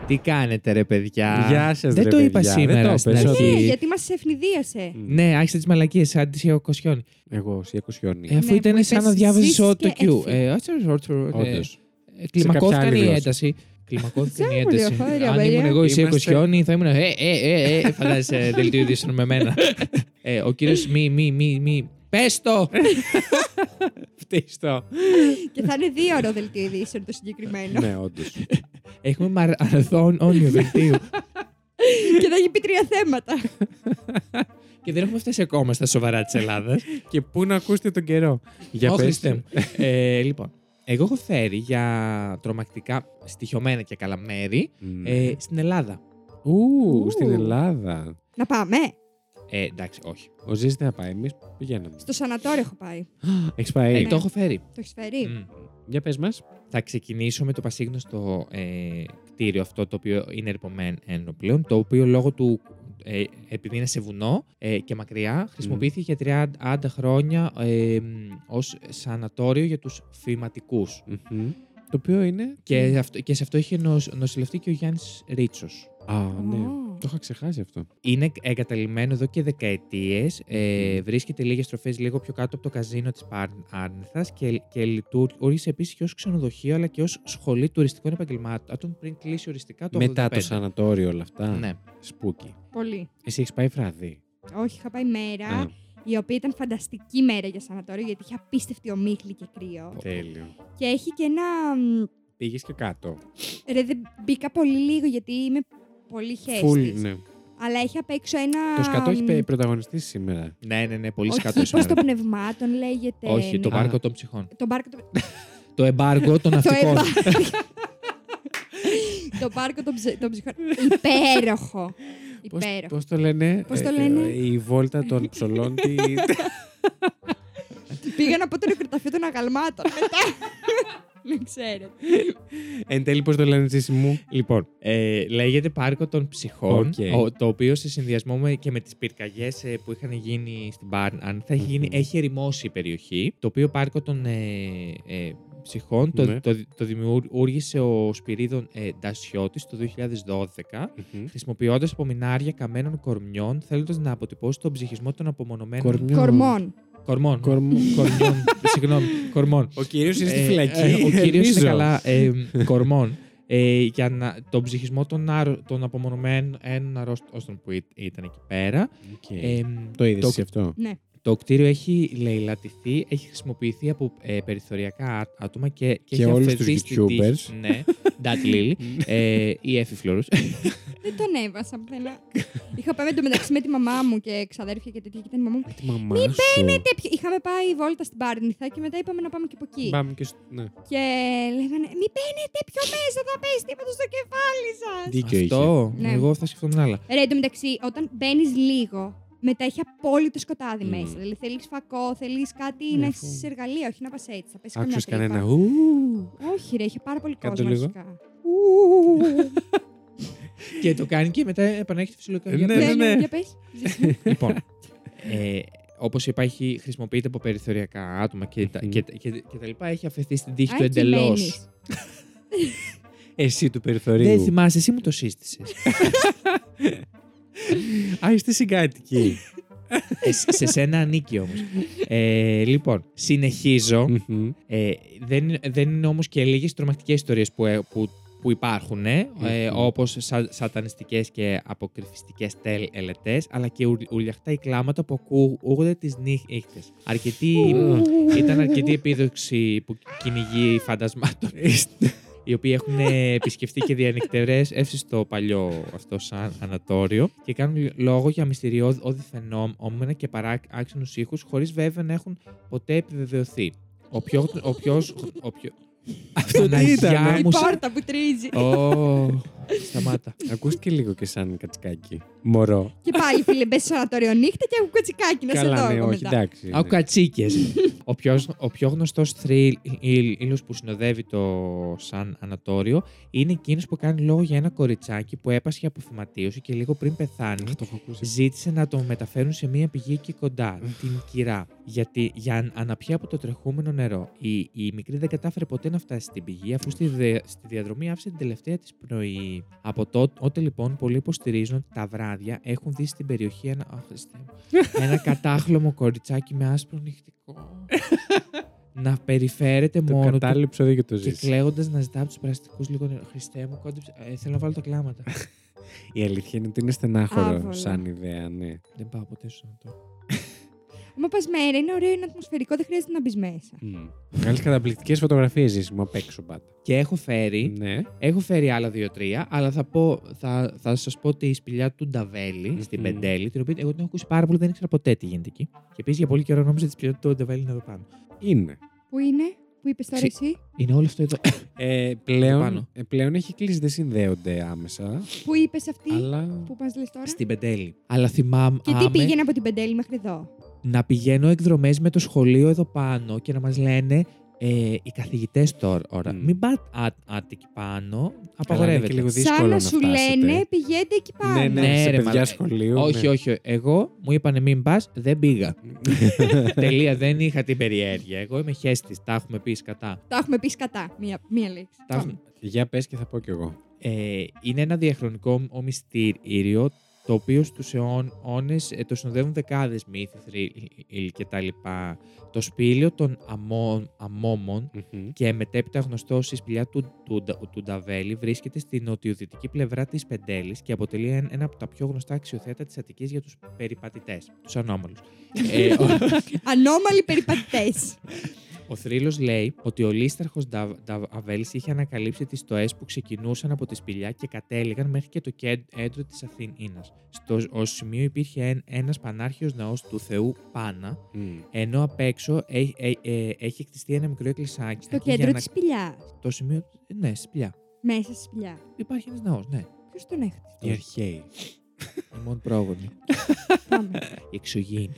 E: Τι κάνετε, ρε παιδιά.
C: Γεια σας,
E: Δεν
C: ρε
E: το είπα
C: παιδιά. Δεν
E: σήμερα
C: το
E: στην
C: είπες,
E: αρχή.
D: Ναι,
C: ότι-
D: γιατί μας ευνηδίασε.
E: Ναι, άρχισε τις μαλακίες σαν τη Ιωκοσιόνη.
C: Εγώ, Σιακο Σιόνι.
E: Ε, αφού
D: Ναι, που
E: ήταν σαν να
D: είπες ζήσεις
E: διάβαζε ό το
D: και
E: Q.
D: έφυγε.
E: Ε, άτσερ, όρτσερ, ε,
C: Όντως.
E: ε, Κλιμακώθηκαν
C: άλλη
E: η
C: γλώσσα.
E: ένταση. Κλιμακώθηκαν η
D: Ξέρω, λέω,
E: ένταση.
D: χώρια,
E: Αν
D: παιδιά.
E: ήμουν εγώ η Σία
C: Είμαστε-
E: Κοσιόνη, θα ήμουν. Ε, ε, ε, ε, φαντάζεσαι δελτίο ειδήσεων με μένα. Ε, Ο κύριος μη, μη, μη, μη. Πες το!
C: Φτύστο.
D: Και θα είναι δύο ώρο δελτίο ειδήσεων το συγκεκριμένο.
C: Ναι, όντως.
E: Έχουμε μαραθών όνιο δελτίου.
D: και θα έχει πει τρία θέματα.
E: Και δεν έχουμε φτάσει ακόμα στα σοβαρά της Ελλάδας.
C: Και πού να ακούσετε τον καιρό. Για
E: Ω,
C: πέστε.
E: Χριστέ μου. Ε, λοιπόν, εγώ έχω φέρει για τρομακτικά στοιχειωμένα και καλά μέρη
C: Μμ.
E: ε, στην Ελλάδα.
C: Ου,
D: Ου.
C: στην Ελλάδα.
D: να πάμε.
E: Ε, εντάξει, όχι.
C: Ο Ζή δεν θα πάει. Εμείς πηγαίναμε.
D: Στο σανατόριο έχω πάει.
C: Έχεις
E: Ε,
C: πάει.
E: Το έχω φέρει.
D: Το έχεις φέρει.
E: Μμ.
C: Για πες μας.
E: Θα ξεκινήσω με το πασίγνωστο ε, κτίριο αυτό το οποίο είναι ερπομένο πλέον, το οποίο λόγω του, ε, επειδή είναι σε βουνό ε, και μακριά, χρησιμοποιήθηκε για 30 χρόνια ε, μ, ως σανατόριο για τους φηματικούς.
C: Το οποίο είναι.
E: Και, αυτό, και σε αυτό είχε νοσ- νοσηλευτεί και ο Γιάννης Ρίτσος.
C: Α, ναι.
D: Ω.
C: Το είχα ξεχάσει αυτό.
E: Είναι εγκαταλειμμένο εδώ και δεκαετίες. Ε, βρίσκεται λίγες τροφέ λίγο πιο κάτω από το καζίνο της Πάρνηθα και, και λειτουργήσε επίσης και ως ξενοδοχείο αλλά και ως σχολή τουριστικών επαγγελμάτων πριν κλείσει οριστικά το 1985.
C: Μετά το σανατόριο όλα αυτά.
E: Ναι.
C: Σπούκι.
D: Πολύ.
C: Εσύ έχεις πάει βράδυ.
D: Όχι, είχα πάει μέρα.
C: Α,
D: η οποία ήταν φανταστική μέρα για σανατόριο γιατί είχε απίστευτη ομίχλη και
C: Ναι.
D: κρύο.
C: Τέλειο.
D: Και έχει και ένα. μ,
C: Πήγες και κάτω.
D: Ρε, δεν μπήκα πολύ λίγο γιατί είμαι πολύ
C: Φουλ,
D: χέστη.
C: ναι.
D: Αλλά έχει απ' έξω ένα.
C: Το σκατό έχει
D: μ,
C: πε- πρωταγωνιστήσει σήμερα.
E: ναι, ναι, ναι, πολύ
D: Ο
E: σκάτω
D: κήπος των
E: σήμερα.
D: πνευμάτων λέγεται.
E: Όχι, το
D: ναι.
E: πάρκο των ψυχών.
D: Το πάρκο των.
E: Το εμπάργκο των
D: το
E: ναυτικών.
D: εμπάρκο. το πάρκο των, ψε- των ψυχών. Υπέροχο. Υπέροχο.
C: Πώς το λένε.
D: Πώς το
C: ε, ε,
D: λένε?
C: Η βόλτα των ψολών. τη-
D: Πήγα να πω το νεκροταφείο των αγαλμάτων μετά. Δεν ξέρετε.
C: Εν τέλει, πώς το λένε εσύ μου.
E: Λοιπόν, ε, λέγεται Πάρκο των Ψυχών,
C: Οκ.
E: ο- το οποίο σε συνδυασμό με, και με τις πυρκαγιές που είχαν γίνει στην Πάρν, θα έχει, γίνει,
C: Μμμ.
E: έχει ερημώσει η περιοχή. Το οποίο Πάρκο των ε, ε, Ψυχών το,
C: Ναι.
E: το, το δημιούργησε ο Σπυρίδων ε, Ντασιώτης το 2012, χρησιμοποιώντας απομεινάρια καμένων κορμιών, θέλοντας να αποτυπώσει τον ψυχισμό των απομονωμένων
C: Κορμιών.
D: Κορμών.
E: κορμών.
C: Κορμ-
E: κορμιών. Συγγνώμη, κορμών.
C: Ο κύριος είναι στη
E: Ε,
C: φυλακή.
E: ε, ο κύριος είναι
C: ελπίζω.
E: καλά ε, κορμών. Ε, για να, τον ψυχισμό των, άρρω- των απομονωμένων αρρώστων που ή- ήταν εκεί πέρα.
C: Οκ.
E: Ε,
C: το είδες
E: το-
C: εσύ αυτό.
D: Ναι.
E: το κτίριο έχει λαιλατηθεί, έχει χρησιμοποιηθεί από ε, περιθωριακά ά- άτομα και, και,
C: Και
E: έχει
C: όλους
E: αφαιθεί
C: τους
E: στη τύχη-
C: YouTubers.
E: Ναι, that Lily. ε, η Εφη Φλόρους.
D: Δεν τον έβασα πουθενά. Είχα πάει με το μεταξύ με τη μαμά μου και ξαδέρφια και τέτοια και ήταν η μαμά μου.
C: Με τη μαμά σου.
D: Τέτοιο. Είχαμε πάει βόλτα στην Πάρνηθα και μετά είπαμε να πάμε και από εκεί.
C: Πάμε και στο... ναι.
D: Και λέγανε Μη μπαίνετε πιο μέσα, θα πέσει τίποτα στο κεφάλι σας.
C: Δίκιο είχε.
E: Αυτό,
D: Ναι.
E: εγώ θα σκεφτόμουν άλλα.
D: Ρε, εν τω μεταξύ, όταν μπαίνεις λίγο, μετά έχει απόλυτο σκοτάδι
C: Μμμ.
D: μέσα. Δηλαδή θέλεις φακό, θέλεις κάτι
C: Ναι,
D: να
C: αφού-
D: έχεις εργαλεία, όχι να πα έτσι. Θα πέσεις καμιά
C: Άκουσες
D: τρύπα.
C: κανένα ου.
D: Όχι, ρε, είχε πάρα πολύ
C: Κάτω
D: κόσμο
C: λίγο.
D: αρχικά. Ου,
E: και το κάνει και μετά επανέρχεται φυσιολογικά.
C: Ε,
E: για
C: ναι,
D: ναι,
E: πες.
C: ναι.
D: Για πες.
E: λοιπόν, ε, όπως είπα, έχει, χρησιμοποιείται από περιθωριακά άτομα και, τα,
C: Μμμ.
E: και, τα- και, και τα λοιπά. Έχει αφαιθεί στην τύχη
D: Α,
E: του
D: εκεί
E: εντελώ.
D: μένεις.
C: Εσύ του
E: Δεν
C: περιθωρίου.
E: θυμάσαι, εσύ μου το σύστησες.
C: Α, είστε συγκάτοικοι.
E: Ε, σε σένα ανήκει όμως. ε, λοιπόν, συνεχίζω.
C: Μμμ.
E: Ε, δεν, είναι- δεν είναι όμως και λίγες τρομακτικές ιστορίες που, ε, που, που υπάρχουν, ε,
C: Μμμ.
E: όπως σα, σατανιστικές και αποκρυφιστικές τελετέ, αλλά και ουρ- ουρλιαχτά ή κλάματα που ακούγονται τις νύχτες. Αρκετοί Ήταν αρκετή επίδοξη που κυνηγεί φαντασμάτων. οι οποίοι έχουν ε, επισκεφτεί και διανυκτερεύσει στο παλιό αυτό σαν ανατόριο και κάνουν λόγο για μυστηριώδη φαινόμενα και παράξενους ήχους, χωρίς βέβαια να έχουν ποτέ επιβεβαιωθεί. Ο πιο. Ο ποιος- ο πιο...
C: Αυτό τι
E: Παναγιά
C: ήταν.
D: Η
E: μου, σε-
D: πόρτα που τρίζει.
E: Ω, σταμάτα.
C: Ακούστηκε λίγο και σαν κατσικάκι. Μωρό.
D: Και πάλι, φίλε, μπες στο σανατόριο νύχτα και έχω κατσικάκι να σε δω
C: Καλά, ναι,
D: εγώ
C: όχι,
D: μετά.
C: εντάξει. ναι.
E: Άκου κατσίκες. ο πιο, ο πιο γνωστός θρύλο που συνοδεύει το Σαν Ανατόριο είναι εκείνος που κάνει λόγο για ένα κοριτσάκι που έπασχε από φυματίωση
C: Ναι.
E: και λίγο πριν πεθάνει
C: Το έχω ακούσει.
E: ζήτησε να τον μεταφέρουν σε μια πηγή εκεί κοντά, την Κυρά. γιατί για αν- αναπιά από το τρεχούμενο νερό. Η, η μικρή δεν κατάφερε ποτέ να φτάσει στην πηγή, αφού στη, δε- στη διαδρομή άφησε την τελευταία της πνοή. Από τότε, τότε λοιπόν, πολλοί υποστηρίζουν ότι τα βράδια έχουν δει στην περιοχή ένα, Αχ, Χριστέ μου. ένα κατάχλωμο κοριτσάκι με άσπρο νυχτικό. να περιφέρεται
C: Το
E: μόνο του
C: κατάλληλο επεισόδιο για το
E: και
C: ζήσει.
E: κλαίγοντας να ζητά από τους περαστικούς λίγο νερό. Χριστέ μου, κόντεψε. Ε, θέλω να βάλω τα κλάματα.
C: Η αλήθεια είναι ότι είναι στενάχωρο
D: Άβολα.
C: σαν ιδέα, ναι.
E: Δεν πάω ποτέ στο σανατό.
D: Άμα πα μέρα, είναι ωραίο, είναι ατμοσφαιρικό, δεν χρειάζεται να μπεις μέσα.
C: Άλλε καταπληκτικές φωτογραφίες ζήσιμο απ' έξω πάντα.
E: Και έχω φέρει.
C: Ναι.
E: Έχω φέρει άλλα δύο-τρία, αλλά θα, πω, θα, θα σας πω τη σπηλιά του Νταβέλη στην
C: Μμμ.
E: Πεντέλη, την οποία εγώ την έχω ακούσει πάρα πολύ, δεν ήξερα ποτέ τι γίνεται εκεί. Και επίσης για πολύ καιρό νόμιζα ότι η σπηλιά του Νταβέλη είναι εδώ πάνω.
C: Είναι.
D: Πού είναι, που είπες τώρα
E: Ξυ-
D: εσύ,
E: Είναι όλο αυτό εδώ.
C: Ε,
E: Εδώ
C: πλέον,
E: πάνω.
C: ε, πλέον έχει κλείσει, δεν συνδέονται άμεσα.
D: που είπες αυτή
C: Αλλά.
D: που μα λες τώρα.
E: στην Πεντέλη. Αλλά θυμάμαι
D: Και τι πήγαινε από την Πεντέλη μέχρι εδώ.
E: να πηγαίνω εκδρομές με το σχολείο εδώ πάνω και να μας λένε ε, οι καθηγητές τώρα.
C: Μμ.
E: Μην πάτε ά- άτε εκεί πάνω.
C: είναι και
E: Απαγορεύεται.
C: λίγο δύσκολο
D: Σαν να
C: να
D: σου
C: φτάσετε.
D: λένε πηγαίνετε εκεί πάνω.
C: Ναι, ναι,
E: Ναι,
C: σε
E: ρε,
C: παιδιά
E: μαλα-
C: σχολείου.
E: Όχι,
C: ναι.
E: όχι. Εγώ μου είπανε μην πας, δεν πήγα. Τελεία, δεν είχα την περιέργεια. Εγώ είμαι χέστη. Τα έχουμε πεις κατά.
D: Τα έχουμε πεις κατά. Μία, μία λέξη.
E: Τα έχουμε-
C: Για πες και θα πω κι εγώ.
E: Ε, είναι ένα διαχρονικό ο- μυστήριο το οποίο στους αιώνες ε, το συνοδεύουν δεκάδες μύθοι, θρύλοι κτλ. Το σπήλιο των αμμών, αμόμων και μετέπειτα γνωστό ως η σπηλιά του, του, Ντα- του Νταβέλη βρίσκεται στη νοτιοδυτική πλευρά της Πεντέλης και αποτελεί εν- ένα από τα πιο γνωστά αξιοθέατα της Αττικής για τους περιπατητές, τους ανώμαλους. ε, ο,
D: Ανώμαλοι περιπατητές.
C: Ε,
E: ο θρύλος λέει ότι ο λίσταρχος Ντα- Νταβέλης είχε ανακαλύψει τις στοές που ξεκινούσαν από τη σπηλιά και κατέληγαν μέχρι και το κέντρο της Αθήνας. Στο σ- ως σημείο υπήρχε εν- ένας πανάρχιος ναός του Θεού Πάνα, ενώ απ' έξω έχει, ε, ε, έχει χτιστεί ένα μικρό εκκλησάκι.
D: Στο
E: για
D: κέντρο
E: να-
D: τη σπηλιάς.
E: Το σημείο, ναι, στη σπηλιά.
D: Μέσα στη σπηλιά.
E: Υπάρχει ένας ναός, ναι.
D: Ποιος τον έχετε.
C: Οι αρχαίοι.
E: Η μόνη πρόγονη.
D: Πάμε.
E: Ε, Η εξωγήινη.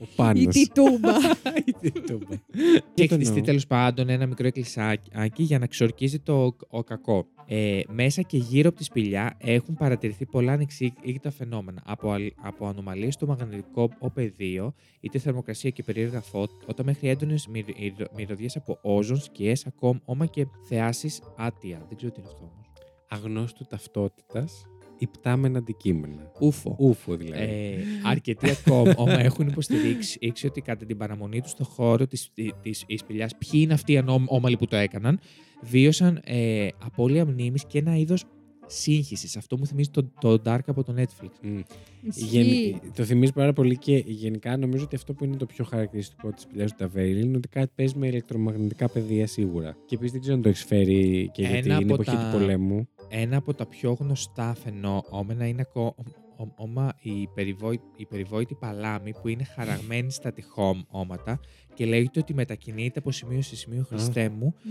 C: Ο
D: Η
C: Πάνος.
D: Τιτούμπα.
E: Και
C: το
E: χτιστεί
C: εννοώ.
E: τέλος πάντων ένα μικρό εκκλησάκι για να ξορκίζει το ο κακό. Ε, μέσα και γύρω από τη σπηλιά έχουν παρατηρηθεί πολλά ανεξήγητα φαινόμενα. Από, αλ- από ανομαλίες στο μαγνητικό ο πεδίο, είτε θερμοκρασία και περίεργα φώτα, μέχρι έντονες μυρωδιές από όζον, σκιές, ακόμα και θεάσεις άτια. Δεν ξέρω τι είναι αυτό όμως.
C: Αγνώστου ταυτότητας υπτάμενα αντικείμενα.
E: Ούφο.
C: Ούφο δηλαδή.
E: Ε, αρκετοί ακόμα έχουν υποστηρίξει ήξε ότι κατά την παραμονή τους στον χώρο της, της Ισπηλιάς, ποιοι είναι αυτοί οι ανώμαλοι που το έκαναν, βίωσαν ε, απώλεια μνήμης και ένα είδος σύγχυσης. Αυτό μου θυμίζει το, το Dark από το Netflix.
C: Μμ.
D: Ισχύει.
C: Γεν- Το θυμίζει πάρα πολύ και γενικά νομίζω ότι αυτό που είναι το πιο χαρακτηριστικό της σπηλιάς του Ταβέιλ είναι ότι κάτι παίζει με ηλεκτρομαγνητικά πεδία σίγουρα. Και επίσης δεν ξέρω αν το έχεις φέρει και
E: Ένα
C: γιατί είναι
E: από
C: εποχή
E: τα-
C: του πολέμου.
E: Ένα από τα πιο γνωστά φαινόμενα είναι ακόμα η, περιβόη, η περιβόητη παλάμη που είναι χαραγμένη στα τυχόματα και λέγεται ότι μετακινείται από σημείο σε σημείο Χριστέ μου Η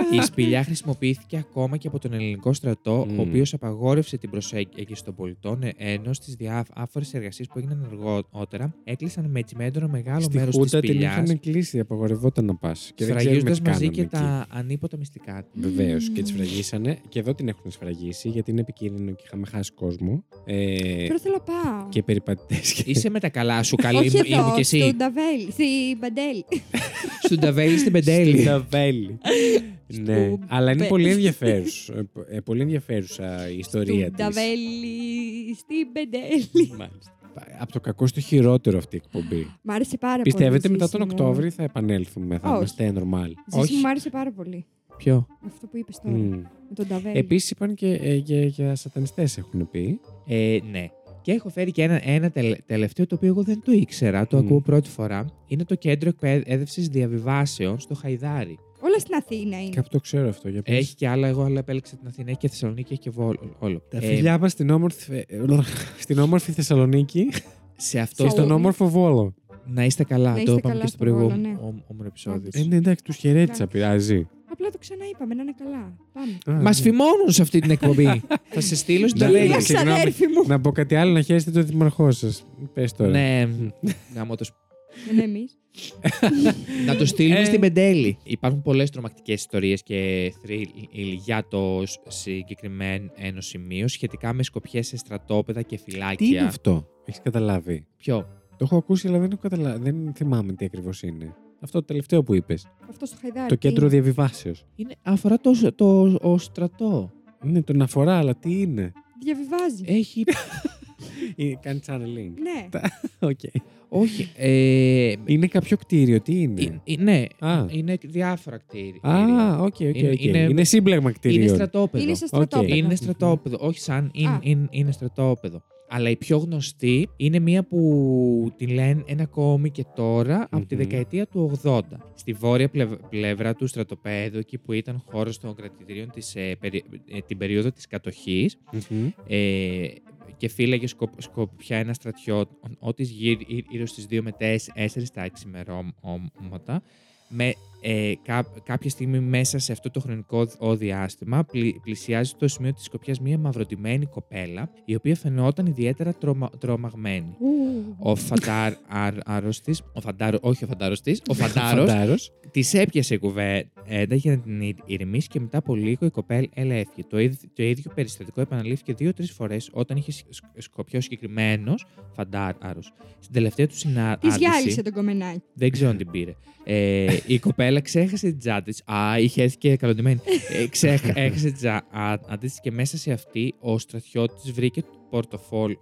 D: Μαλάκα.
E: σπηλιά χρησιμοποιήθηκε ακόμα και από τον ελληνικό στρατό,
C: Μμμ.
E: ο οποίος απαγόρευσε την προσέγγιση των πολιτών, ε, ενώ στις διάφορε εργασίες που έγιναν αργότερα έκλεισαν με τσιμέντρο μεγάλο
C: Στη
E: μέρος τη
C: Χούντα την
E: σπηλιάς,
C: είχαν κλείσει, απαγορευόταν να πας. Και δεν ξέρουμε
E: σφραγίζοντας
C: τι
E: μαζί και
C: κάνανε εκεί.
E: τα ανίποτα μυστικά.
C: Βεβαίως.
D: Μμμ.
C: Και τη σφραγίσανε. Και εδώ την έχουν σφραγίσει γιατί είναι επικίνδυνο και είχαμε χάσει κόσμο. Ε,
D: Τώρα θέλω να πάω.
C: και περιπατητές.
E: Είσαι με τα καλά σου, καλή
D: Όχι
E: μου, ήμου
D: εδώ,
E: κι
D: στον
E: εσύ.
D: Ταβέλ, στην Παντέλη.
E: Στον Ταβέλη στην Πεντέλη.
C: ναι.
D: Στον
C: Αλλά είναι
D: Μπε-
C: πολύ ενδιαφέρουσα, ε, πο- ε, πολύ ενδιαφέρουσα η ιστορία
D: Στον
C: της.
D: Ταβέλη, στην Πεντέλη.
C: Από το κακό στο χειρότερο αυτή η εκπομπή.
D: Μ' άρεσε πάρα
C: Πιστεύετε
D: πολύ.
C: μετά τον
D: Ζήσιμο.
C: Οκτώβρη θα επανέλθουμε, θα
D: Όχι.
C: είμαστε normal.
D: Ζήσιμο
E: Όχι.
D: μου άρεσε πάρα πολύ.
E: Ποιο.
D: Αυτό που
C: Ναι.
D: είπες τώρα. Με τον Ταβέλη.
C: Επίσης είπαν και ε, για, για σατανιστές έχουν πει.
E: Ε, ναι. Και έχω φέρει και ένα, ένα τελε- τελευταίο το οποίο εγώ δεν το ήξερα, το
C: Μμ.
E: ακούω πρώτη φορά. Είναι το κέντρο εκπαίδευσης διαβιβάσεων στο Χαϊδάρι.
D: Όλα στην Αθήνα είναι.
C: Κάπου το ξέρω αυτό. Για πες.
E: Έχει και άλλα, εγώ αλλά επέλεξα την Αθήνα. Έχει και Θεσσαλονίκη, έχει και Βόλο. Όλο.
C: Τα
E: Ε,
C: φιλιά μας στην, όμορφη- ε, στην όμορφη Θεσσαλονίκη
E: σε
C: και
E: αυτό
D: Σαλονίκη.
C: στον όμορφο Βόλο.
E: να είστε καλά.
D: Να
E: το
D: είστε
E: είπαμε
D: καλά
E: και στο
D: στο Βόλο,
E: προηγούμενο
D: ναι.
E: όμο- όμορο επεισόδιο.
C: Ε, ναι, εντάξει, τους χαιρέτησα,
D: Εντάξει.
C: πειράζει.
D: Απλά το ξαναείπαμε, να είναι καλά. Πάμε.
C: Α,
E: Μας
C: ναι.
E: φημώνουν σε αυτή την εκπομπή. Θα σε στείλω στην
C: Ναι,
E: Ταβέλη.
D: Κυρία
C: συγγνώμη.
D: ξαδέρφη μου.
C: Να πω κάτι άλλο, να χαίρεστε τον δημαρχό σας. Πες τώρα.
E: Ναι, γαμώ το σ-
D: Είναι εμείς.
E: να το στείλουμε
C: Ε.
E: στην Πεντέλη. Υπάρχουν πολλές τρομακτικές ιστορίες και θρύλοι για το σ- συγκεκριμένο σημείο σχετικά με σκοπιές σε στρατόπεδα και
C: Τι είναι
E: φυλάκια.
C: αυτό, έχεις καταλάβει.
E: Ποιο.
C: Το έχω ακούσει, αλλά δεν, έχω καταλα... δεν θυμάμαι τι ακριβώς είναι. Αυτό το τελευταίο που είπες.
D: Αυτό το χαϊδάρι.
C: Το
D: τι
C: κέντρο
D: είναι?
C: διαβιβάσεως.
E: Είναι, αφορά το, το, ο στρατό.
C: Ναι, τον αφορά, αλλά τι είναι.
D: Διαβιβάζει.
E: Έχει.
C: Ε, Κάνει channeling.
D: ναι.
C: Okay.
E: όχι. Ε,
C: Είναι κάποιο κτίριο, τι είναι.
E: ε, ε, ναι,
C: Α.
E: είναι διάφορα κτίρια.
C: Α, οκ, οκ, οκ.
E: Είναι-
C: Είναι,
E: είναι-
C: σύμπλεγμα
E: είναι
C: κτίριων.
E: στρατόπεδο.
D: Είναι σε στρατόπεδο.
E: Είναι στρατόπεδο, όχι σαν, είναι,
D: Α.
E: είναι, είναι στρατόπεδο. Αλλά η πιο γνωστή είναι μία που την λένε ένα ακόμη και τωρα από τη
C: Μμμ.
E: δεκαετία του 80. Στη βόρεια πλευ- πλευρά του στρατοπέδου, εκεί που ήταν χώρος των κρατητηρίων της, ε, περι- ε, την περίοδο της κατοχής
C: Μμμ.
E: ε, και φύλαγε σκο- σκοπιά ένα στρατιώτη της γύρω, γύρω στις 2 με 4 τα εξημερώματα με ε, κά- κάποια στιγμή μέσα σε αυτό το χρονικό δ- ο διάστημα πλη- πλησιάζει το σημείο της σκοπιάς μία μαυροτημένη κοπέλα η οποία φαινόταν ιδιαίτερα τρομα, τρομαγμένη.
D: Ου.
E: Ο φαντάρ αρ, άρρωστης, ο φαντάρο, όχι ο φαντάρος της, ο φαντάρος
C: Φαντάρος.
E: Της έπιασε η κουβέντα για να την ηρεμήσει και μετά από λίγο η κοπέλα ελέφθηκε. Το, ίδι- το ίδιο περιστατικό επαναλήφθηκε δύο-τρει φορές όταν είχε σκ- σκοπιά ο συγκεκριμένο φαντάρο. Στην τελευταία του
D: Τη
E: συνάντηση.
D: γυάλισε τον κομμενάκι.
E: Δεν ξέρω αν την πήρε. Ε, η κοπέλα ξέχασε την τσάντα της. Α, είχε έρθει και καλοντημένη. Ε, ξέχασε την τσάντα τη και μέσα σε αυτή ο στρατιώτης βρήκε το πορτοφόλι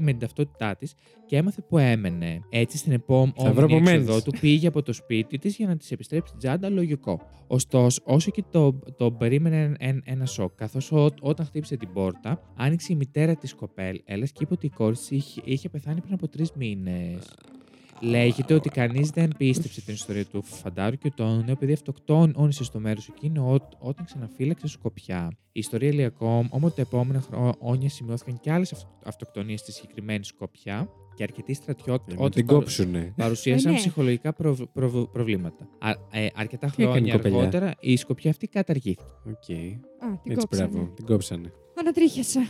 E: με την ταυτότητά της και έμαθε που έμενε. Έτσι, στην επόμενη
C: Σταυροπωμένης.
E: έξοδο του πήγε από το σπίτι της για να της επιστρέψει την τσάντα, λογικό. Ωστόσο, όσο και το, το περίμενε εν- ένα σοκ, καθώς όταν χτύπησε την πόρτα, άνοιξε η μητέρα της κοπέλα και είπε ότι η κόρη της είχε, είχε πεθάνει πριν από τρεις μήνες. Λέγεται ότι κανείς δεν πίστεψε την ιστορία του Φαντάρου και το νέο παιδί αυτοκτόνησε στο μέρος εκείνο ό- όταν ξαναφύλαξε σκοπιά. Η ιστορία λέει ακόμα ότι τα επόμενα χρόνια σημειώθηκαν και άλλες αυτοκτονίες στη συγκεκριμένη σκοπιά και αρκετοί στρατιώτες
C: Να Ε, Ναι, την κόψουνε.
E: παρουσίασαν
D: Ε, ναι.
E: ψυχολογικά προβ- προβ- προβλήματα. Α- ε, αρκετά
C: Τι έκανε η
E: χρόνια
C: κοπελιά?
E: αργότερα η σκοπιά αυτή καταργήθηκε.
C: Οκ.
D: Α, την
C: Έτσι, μπράβο.
D: κόψαμε.
C: Την κόψανε.
D: Ανατρίχιασα.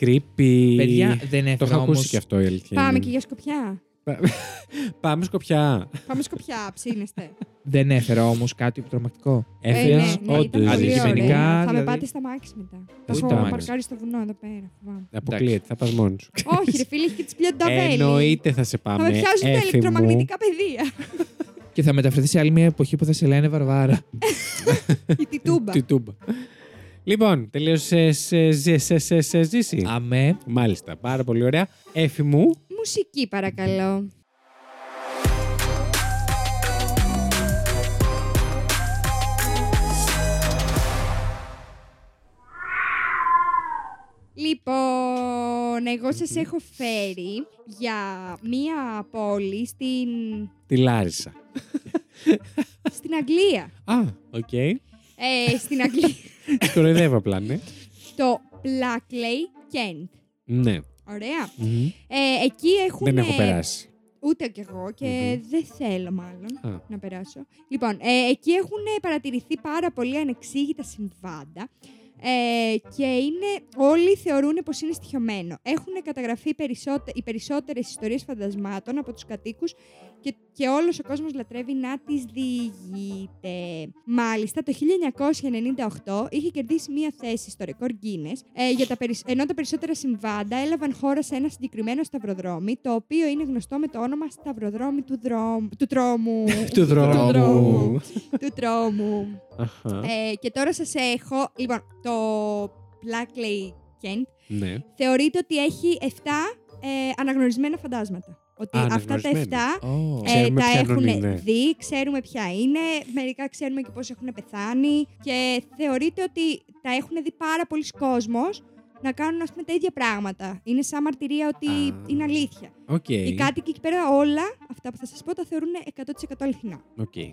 C: Creepy.
E: Παιδιά δεν
C: Το
E: έφερα
C: έχω
E: όμω.
C: ακούσει και αυτό η αλήθεια.
D: Πάμε
C: είναι.
D: και για σκοπιά.
C: Πάμε σκοπιά.
D: Πάμε σκοπιά, ψήνεστε.
E: Δεν έφερα όμως κάτι τρομακτικό.
D: Ε,
C: Έφυγα.
D: ναι, ναι, ήταν πολύ
E: Αντικειμενικά,
D: ωραία. Θα με
E: δηλαδή-
D: πάτε στα μάξι μετά. Θα
E: Πού
D: έχω
E: τα μάξι?
D: παρκάρει στο βουνό εδώ πέρα. φοβάμαι.
C: Αποκλείεται, θα πας μόνος σου.
D: Όχι, ρε φίλε, έχει και τις πλιονταβέλη.
C: Εννοείται θα σε
D: Θα
C: πάμε.
D: με πιάσουν τα
C: Έφη μου.
D: ηλεκτρομαγνητικά πεδία.
E: Και θα μεταφερθεί σε άλλη μια εποχή που θα σε λένε Βαρβάρα.
D: Η τιτούμπα.
C: Τη τούμπα. Λοιπόν, τελείωσε σε- σε- σε- σε- σε ζήση.
E: Αμέ.
C: Μάλιστα, πάρα πολύ ωραία. Έφη μου,
D: Μουσική, παρακαλώ. Λοιπόν, εγώ σας έχω φέρει για μία πόλη στην,
C: τη Λάρισα.
D: στην Αγγλία.
C: Α, οκ.
D: Ε, στην Αγγλία.
C: Τη κοροϊδεύω απλά, ναι.
D: το Blackley Kent.
C: Ναι.
D: Ωραία.
C: Μμμ.
D: Ε, εκεί έχουν.
C: Δεν έχω περάσει.
D: Ούτε κι εγώ και δεν θέλω μάλλον
C: Α.
D: να περάσω. Λοιπόν, ε, εκεί έχουν παρατηρηθεί πάρα πολύ ανεξήγητα συμβάντα ε, και είναι, όλοι θεωρούν πως είναι στοιχειωμένο. Έχουν καταγραφεί περισσότε- οι περισσότερες ιστορίες φαντασμάτων από τους κατοίκους και, και όλος ο κόσμος λατρεύει να τις διηγείται. Μάλιστα, το 1998 είχε κερδίσει μία θέση στο ρεκόρ Guinness, ε, για τα περισ- ενώ τα περισσότερα συμβάντα έλαβαν χώρα σε ένα συγκεκριμένο σταυροδρόμι, το οποίο είναι γνωστό με το όνομα σταυροδρόμι του, δρόμ... του τρόμου.
C: Του δρόμου.
D: δρόμου. του τρόμου.
C: Αχα.
D: Ε, και τώρα σας έχω, λοιπόν, το Blackley Kent
C: Ναι.
D: Ε, θεωρείται ότι έχει 7 ε, αναγνωρισμένα φαντάσματα. Ότι αυτά τα 7
C: Αναγνωρισμένα.
E: Ω.
C: Ε, Ξέρουμε
D: τα
C: ποιανόν
D: έχουν
C: είναι.
D: δει, ξέρουμε ποια είναι, μερικά ξέρουμε και πώς έχουν πεθάνει και θεωρείται ότι τα έχουν δει πάρα πολλοί κόσμος να κάνουν ας πούμε τα ίδια πράγματα. Είναι σαν μαρτυρία ότι
C: Α. Ε.
D: είναι αλήθεια.
C: Οκ.
D: Οι κάτοικοι εκεί πέρα όλα, αυτά που θα σας πω, τα θεωρούν 100% αληθινά.
C: Οκ.
D: Ε,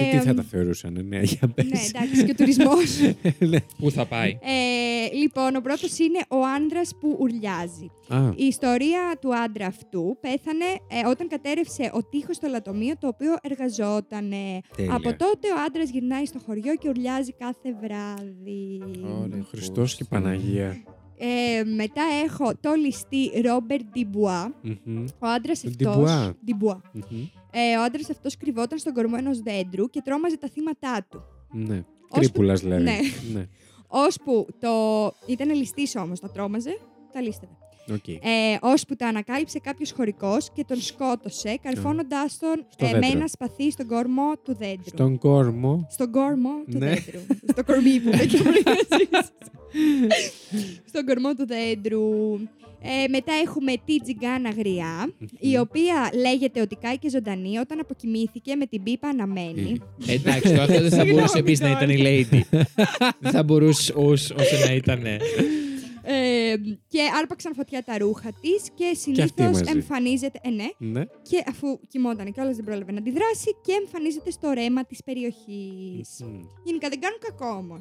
C: Αυτοί τι θα τα θεωρούσαν, ναι, για πες.
D: Ναι, εντάξει, και ο τουρισμός.
C: Ναι.
E: Πού θα πάει.
D: ε, λοιπόν, ο πρώτος είναι ο άνδρας που ουρλιάζει.
C: Α,
D: Η ιστορία του άντρα αυτού πέθανε ε, όταν κατέρευσε ο τείχος στο λατομείο το οποίο εργαζόταν.
C: τέλεια.
D: Από τότε ο άντρας γυρνάει στο χωριό και ουρλιάζει κάθε βράδυ.
E: Ωραία.
C: Χριστός και Παναγία.
D: Ε, μετά έχω το ληστή Ρόμπερτ Ντιμπουά.
C: Μμμ.
D: Ο άντρας
C: Τον
D: αυτός.
C: Dubois. Μμμ.
D: Ε, ο άντρας αυτός κρυβόταν στον κορμό ενός δέντρου και τρόμαζε τα θύματά του.
C: Ναι.
D: Ως-
C: Κρύπουλας δηλαδή.
D: Ναι.
C: Ναι.
D: Ώσπου το. ήταν ληστής όμως, τα τρόμαζε, τα λύστευε.
C: Οκ.
D: ε, ώσπου τα ανακάλυψε κάποιος χωρικός και τον σκότωσε, καρφώνοντάς τον
C: Στο
D: ε, με
C: δέντρο.
D: ένα σπαθί στον κορμό του δέντρου.
C: Στον κόρμο.
D: Στον κόρμο του
C: Ναι.
D: δέντρου. Στο κορμί που με κυβερνήσεις. Στον κορμό του δέντρου. Ε, μετά έχουμε τη τζιγκάνα γριά, η οποία λέγεται ότι κάηκε ζωντανή όταν αποκοιμήθηκε με την πίπα αναμένη.
E: Εντάξει, το αυτό δεν θα μπορούσε
D: Συγγνώμη
E: επίσης να
D: τώρα.
E: ήταν η Lady. Δεν θα μπορούσε ως- όσο να ήταν.
D: Ε, και άρπαξαν φωτιά τα ρούχα της και συνήθως
C: μαζί.
D: εμφανίζεται. Ε, ναι,
C: Ναι.
D: και αφού κοιμόταν και όλος δεν πρόλαβε να αντιδράσει και εμφανίζεται στο ρέμα της περιοχής.
C: Μμμ.
D: Γενικά δεν κάνουν κακό όμως.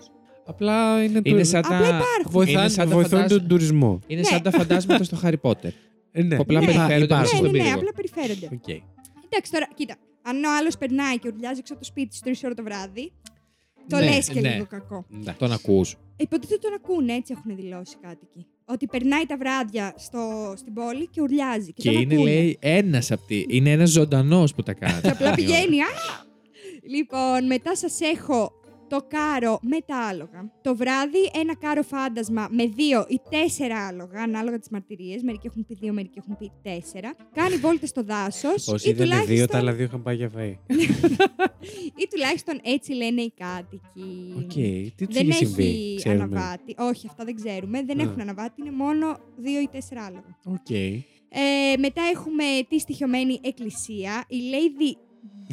C: Απλά είναι το.
E: Είναι σαν
D: Απλά
E: τα.
D: υπάρχουν.
E: είναι
C: Βοηθάνε,
E: σαν τα
C: βοηθούν
E: φαντάσματα.
C: τον τουρισμό.
E: Είναι
D: Ναι.
E: σαν τα φαντάσματα στο Harry Potter.
C: Ε, ναι.
E: Που απλά
D: Ναι.
E: περιφέρονται μέσα
C: Υπάρχουν.
D: Ναι,
E: στον
D: ναι, ναι,
E: πύργο.
D: απλά περιφέρονται.
C: Οκ.
D: Εντάξει τώρα, κοίτα. Αν ο άλλος περνάει και ουρλιάζει έξω από το σπίτι στι 3 ώρα το βράδυ, το
E: Ναι,
D: λες λε και
E: ναι.
D: λίγο κακό.
C: Εντάξει.
E: Τον ακούς.
D: Ε, Υποτίθεται τον ακούνε, έτσι έχουν δηλώσει οι κάτοικοι. Ότι περνάει τα βράδια στο, στην πόλη και ουρλιάζει. Και,
E: Και
D: τον
E: είναι,
D: ακούνε.
E: λέει, ένας απ' τη. Είναι ένας ζωντανός που τα κάνει.
D: Και απλά πηγαίνει. Α! Λοιπόν, μετά σας έχω το κάρο με τα άλογα. Το βράδυ ένα κάρο φάντασμα με δύο ή τέσσερα άλογα, ανάλογα τις μαρτυρίες. Μερικοί έχουν πει δύο, μερικοί έχουν πει τέσσερα. Κάνει βόλτες στο δάσος.
C: Όσοι είδανε δύο, τα άλλα δύο είχαν πάει για φαΐ.
D: ή τουλάχιστον έτσι λένε οι κάτοικοι.
C: Οκ. Τι του
D: Δεν
C: είχε
D: έχει
C: συμβεί, ξέρουμε.
D: αναβάτη. Όχι, αυτά δεν ξέρουμε. Δεν
C: Α.
D: έχουν αναβάτη. Είναι μόνο δύο ή τέσσερα άλογα.
C: Οκ.
D: Ε, μετά έχουμε τη στοιχειωμένη εκκλησία. Η Lady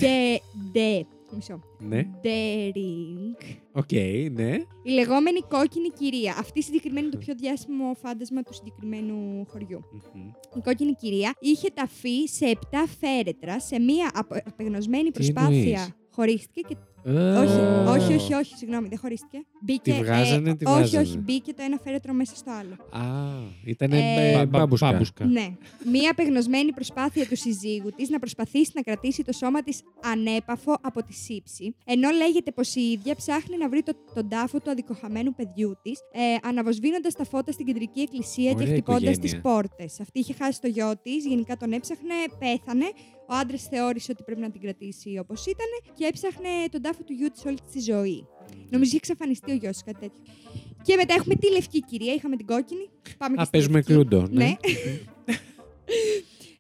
D: Ντε. Ντε. Μισό.
C: Ναι.
D: Ντέρινγκ.
C: Οκ, ναι.
D: Η λεγόμενη κόκκινη κυρία. Αυτή συγκεκριμένη είναι το πιο διάσημο φάντασμα του συγκεκριμένου χωριού.
C: Μμμ.
D: Η κόκκινη κυρία είχε ταφεί σε 7 φέρετρα σε μία απο- απεγνωσμένη
C: εννοείς?
D: προσπάθεια. Χωρίστηκε και.
C: Α.
D: Όχι, όχι, όχι, όχι, συγγνώμη, δεν χωρίστηκε. Μπήκε.
C: Τη βγάζανε, τη
D: όχι,
C: βγάζανε.
D: όχι, μπήκε το ένα φέρετρο μέσα στο άλλο.
C: Α, ήταν
D: Ε,
E: Μπα- μπα-
C: μπάμπουσκα.
E: μπάμπουσκα.
D: Ναι. Μία απεγνωσμένη προσπάθεια του συζύγου της να προσπαθήσει να κρατήσει το σώμα της ανέπαφο από τη σύψη, ενώ λέγεται πως η ίδια ψάχνει να βρει το, τον τάφο του αδικοχαμένου παιδιού της, ε, αναβοσβήνοντας τα φώτα στην κεντρική εκκλησία
C: Ωραία
D: και χτυπώντας τις
C: οικογένεια.
D: πόρτες. Αυτή είχε χάσει το γιο της, γενικά τον έψαχνε, πέθανε. Ο άντρας θεώρησε ότι πρέπει να την κρατήσει όπως ήταν και έψαχνε τον τάφο του γιού της όλη τη ζωή. Νομίζω είχε εξαφανιστεί ο γιος κάτι τέτοιο. Και μετά έχουμε τη λευκή κυρία, είχαμε την κόκκινη. Πάμε και
C: Α,
D: στη
C: παίζουμε
D: λευκή.
C: κλούντο. Ναι.
D: Ναι.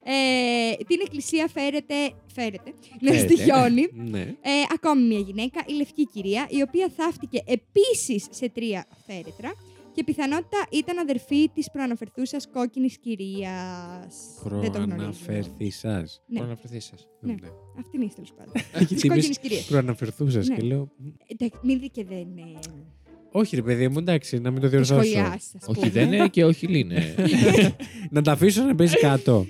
D: ε, την εκκλησία φέρεται, φέρεται να
C: Φέρετε.
D: στοιχιώνει
C: Ναι.
D: ε, ακόμη μια γυναίκα, η λευκή κυρία, η οποία θαύτηκε επίσης σε τρία φέρετρα και πιθανότητα ήταν αδερφή της προαναφερθούσας κόκκινης κυρίας. Δεν το γνωρίζω.
C: Προαναφερθήσας.
D: Ναι.
E: Αναφερθεί σας.
D: Ναι. Αυτή είναι η τέλος πάντων.
C: Έχει
D: Της κόκκινης κυρίας.
C: Προαναφερθούσας
D: Ναι.
C: και λέω. «Μ,
D: Εντάξει, μην δει και δεν ε,
C: Όχι, ρε παιδί μου, εντάξει, να μην το
D: τη
C: διορθώσω.
D: σχολιάσεις, ας
E: Όχι
D: πούμε.
E: δεν είναι και όχι λύνε.
C: Να τα αφήσω να παίζει κάτω.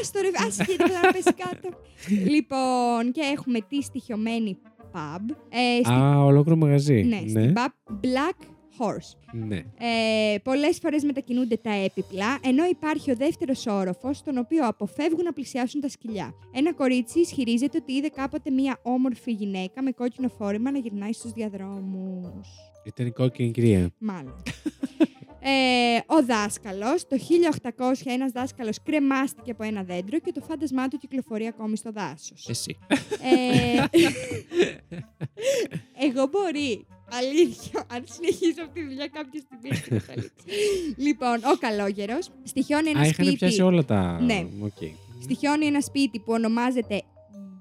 D: Ας το ρε, ας γίνεται να πέσει κάτω. λοιπόν, και έχουμε τη στοιχειωμένη pub. Ε, στη-
C: Α, ολόκληρο μαγαζί.
D: Ναι, στην pub Black Horse.
C: ναι.
D: Ε, πολλές φορές μετακινούνται τα έπιπλα, ενώ υπάρχει ο δεύτερος όροφος, στον οποίο αποφεύγουν να πλησιάσουν τα σκυλιά. Ένα κορίτσι ισχυρίζεται ότι είδε κάποτε μία όμορφη γυναίκα με κόκκινο φόρεμα να γυρνάει στους διαδρόμους.
C: Ήταν η κόκκινη κυρία.
D: Μάλλον. Ε, ο δάσκαλος, το 1800 ένας δάσκαλος κρεμάστηκε από ένα δέντρο και το φάντασμά του κυκλοφορεί ακόμη στο δάσος.
E: Εσύ.
D: Ε, εγώ μπορεί. Αλήθεια. Αν συνεχίσω αυτή τη δουλειά κάποια στιγμή. θα καταλήξω. λοιπόν, ο καλόγερος στοιχιώνει ένα
C: Α, είχαν
D: σπίτι.
C: πιάσει όλα τα.
D: Ναι.
C: Οκ.
D: Στοιχιώνει ένα σπίτι που ονομάζεται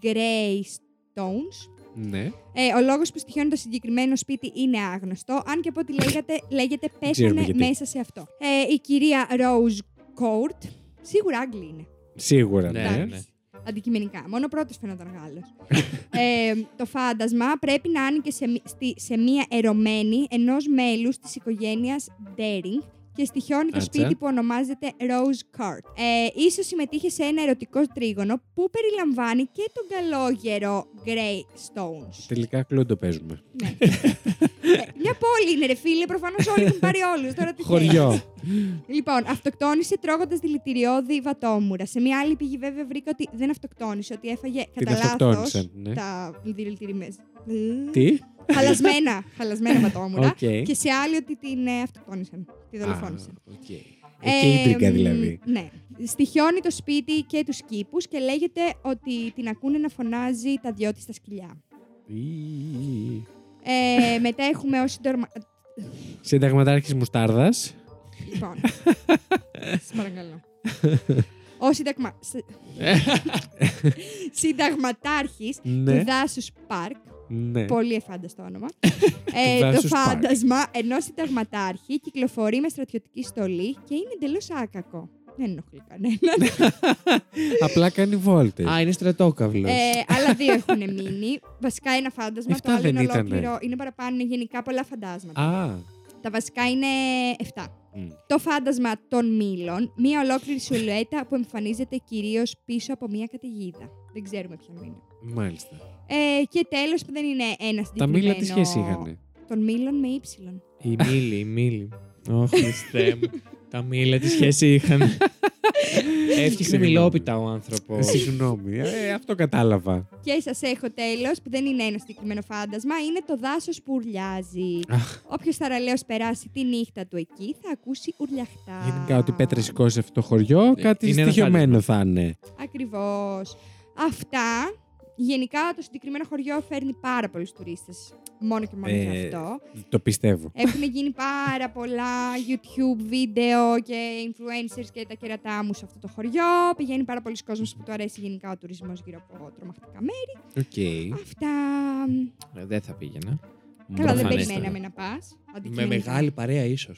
D: Grey Stones.
C: Ναι.
D: Ε, ο λόγος που στοιχιώνει το συγκεκριμένο σπίτι είναι άγνωστο, αν και από ό,τι λέγατε, λέγεται
C: ξέρουμε
D: πέσανε
C: γιατί.
D: μέσα σε αυτό. Ε, η κυρία Rose Court. Σίγουρα Άγγλοι είναι.
C: Σίγουρα,
E: Ναι,
C: ναι.
E: ναι.
D: Εντάξει. Αντικειμενικά. Μόνο πρώτος φαίνονταν Γάλλος. ε, το φάντασμα πρέπει να άνοιγε σε, μι- στη- σε μία ερωμένη ενός μέλους της οικογένειας Ντέρινγκ και στοιχιώνει το
C: Άτσα.
D: σπίτι που ονομάζεται Rose Cart. Ε, ίσως συμμετείχε σε ένα ερωτικό τρίγωνο που περιλαμβάνει και τον καλόγερο Grey Stones.
C: Τελικά κλούντο παίζουμε.
D: ναι. Ε, μια πόλη είναι ρε φίλε, προφανώς όλοι έχουν πάρει όλους. Τώρα τι θέλεις.
E: Ναι.
C: Χωριό.
D: Λοιπόν, αυτοκτόνησε τρώγοντας δηλητηριώδη βατόμουρα. Σε μια άλλη πηγή, βέβαια, βρήκα ότι δεν αυτοκτόνησε, ότι έφαγε
C: Την
D: κατά λάθο
C: αυτοκτόνησαν. ναι.
D: τα δηλητηριωμένα.
C: Τι.
D: Χαλασμένα, χαλασμένα βατόμουρα.
C: Οκ.
D: Και σε άλλη ότι την ε, αυτοκτόνησαν. Τη δολοφόνησαν.
C: Α, οκ.
E: Ε,
C: Εκεί η τρίκα
D: μ,
C: δηλαδή.
D: Ναι. Στοιχιώνει το σπίτι και τους κήπους και λέγεται ότι την ακούνε να φωνάζει τα δυο της τα σκυλιά.
C: Ή.
D: Ε, μετά έχουμε ως συντορμα...
C: Συνταγματάρχης Μουστάρδας.
D: Λοιπόν. Σας παρακαλώ. Ο συνταγμα... συνταγματάρχης
C: Ναι.
D: του Δάσους Πάρκ.
C: Ναι.
D: Πολύ εφάνταστο όνομα.
C: Του
D: ε, το
C: Δάσους Πάρκ.
D: φάντασμα ενός συνταγματάρχη κυκλοφορεί με στρατιωτική στολή και είναι εντελώς άκακο. Δεν ενοχλεί κανέναν.
C: Απλά κάνει βόλτες.
E: Α, είναι στρατόκαυλος.
D: ε, άλλα δύο έχουν μείνει. Βασικά ένα φάντασμα,
C: Εφτά
D: το άλλο
C: δεν
D: είναι
C: ήτανε.
D: ολόκληρο. Είναι παραπάνω, είναι γενικά πολλά φαντάσματα.
C: Α.
D: Τα βασικά είναι 7.
C: μ.
D: Το φάντασμα των μήλων, μία ολόκληρη σουλουέτα που εμφανίζεται κυρίως πίσω από μία καταιγίδα. Δεν ξέρουμε ποιον είναι.
C: Μάλιστα.
D: Ε, και τέλος που δεν είναι ένα συγκεκριμένο.
C: Τα μήλα τι σχέση είχαν.
D: Των μήλων με ύψιλον.
E: Η μήλη, η μήλη. Ωχ, Χριστέ μου. Τα μήλα τη σχέση είχαν. Έφτιαξε
C: Συγγνώμη.
E: μιλόπιτα ο άνθρωπος.
C: Συγγνώμη. Ε, αυτό κατάλαβα.
D: Και σας έχω τέλος που δεν είναι ένα συγκεκριμένο φάντασμα, είναι το δάσος που ουρλιάζει.
C: Αχ.
D: Όποιος θαραλέο περάσει τη νύχτα του εκεί θα ακούσει ουρλιαχτά.
C: Γενικά ότι η πέτρα σηκώσει αυτό το χωριό, κάτι
E: Ε, είναι ένα
C: στοιχειωμένο θα είναι.
D: Ακριβώς. Αυτά. Γενικά το συγκεκριμένο χωριό φέρνει πάρα πολλούς τουρίστες. Μόνο και μόνο γι'
C: Ε,
D: αυτό.
C: Το πιστεύω.
D: Έχουν γίνει πάρα πολλά YouTube βίντεο και influencers και τα κερατά μου σε αυτό το χωριό. Πηγαίνει πάρα πολλοί κόσμος που του αρέσει γενικά ο τουρισμός γύρω από τρομακτικά μέρη.
C: Οκ.
D: Αυτά.
E: Ε, Δεν θα πήγαινα.
D: Καλά, δεν
E: Προφανέστερα.
D: περιμέναμε να πας.
E: Με
D: Αντικειμενικά.
E: μεγάλη παρέα, ίσως.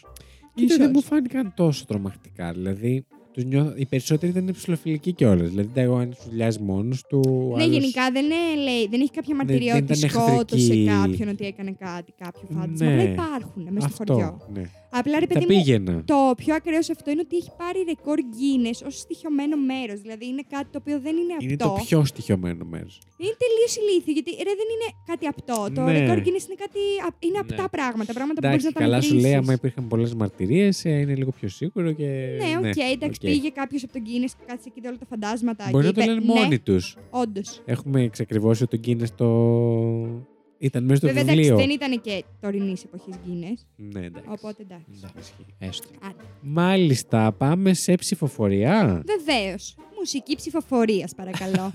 C: Κοίτα,
D: Ίσως.
C: δεν μου φάνηκαν τόσο τρομακτικά. Δηλαδή, τους νιώθω... οι περισσότεροι δεν είναι ψηλοφιλικοί κιόλας. Δηλαδή, τα εγώ αν σου λιάζει μόνος του. ο
D: Ναι,
C: άλλος-
D: γενικά δεν, ε, λέει, δεν έχει κάποια μαρτυρία
C: δεν
D: ότι
C: ήταν
D: σκότωσε
C: εχθρική.
D: κάποιον, ότι έκανε κάτι, κάποιο φάντασμα.
C: Ναι.
D: Απλά υπάρχουν μέσα στο
C: Αυτό.
D: χωριό.
C: Ναι.
D: Απλά ρε
C: Τα
D: παιδί μου,
C: πήγαινα.
D: Το πιο ακραίο σε αυτό είναι ότι έχει πάρει ρεκόρ Guinness ως στοιχειωμένο μέρος. Δηλαδή είναι κάτι το οποίο δεν είναι απτό.
C: Είναι το πιο στοιχειωμένο μέρος.
D: Είναι τελείως ηλίθιο, γιατί ρε, δεν είναι κάτι απτό. Το
C: Ναι.
D: ρεκόρ Guinness είναι κάτι. απ- είναι
E: Ναι.
D: απτά πράγματα. Πράγματα που μπορείς
C: Εντάξει,
D: να τα
C: καλά σου λέει,
D: μετρήσεις.
C: άμα υπήρχαν πολλές μαρτυρίες, είναι λίγο πιο σίγουρο και.
D: Ναι, οκ, εντάξει,
C: οκ.
D: πήγε κάποιος από τον Guinness και κάτσε εκεί όλα τα φαντάσματα.
C: Μπορεί να
D: και
C: το
D: είπε,
C: λένε
D: ναι,
C: μόνοι τους.
D: Όντως.
C: Έχουμε εξακριβώσει ότι ο Guinness το. ήταν μέσα στο
D: Βέβαια, εντάξει,
C: βιβλίο.
D: δεν ήταν και τωρινής εποχής Guinness.
C: Ναι, εντάξει.
D: Οπότε εντάξει.
E: Έστω.
C: Μάλιστα, πάμε σε ψηφοφορία.
D: Βεβαίως. Μουσική ψηφοφορίας, παρακαλώ.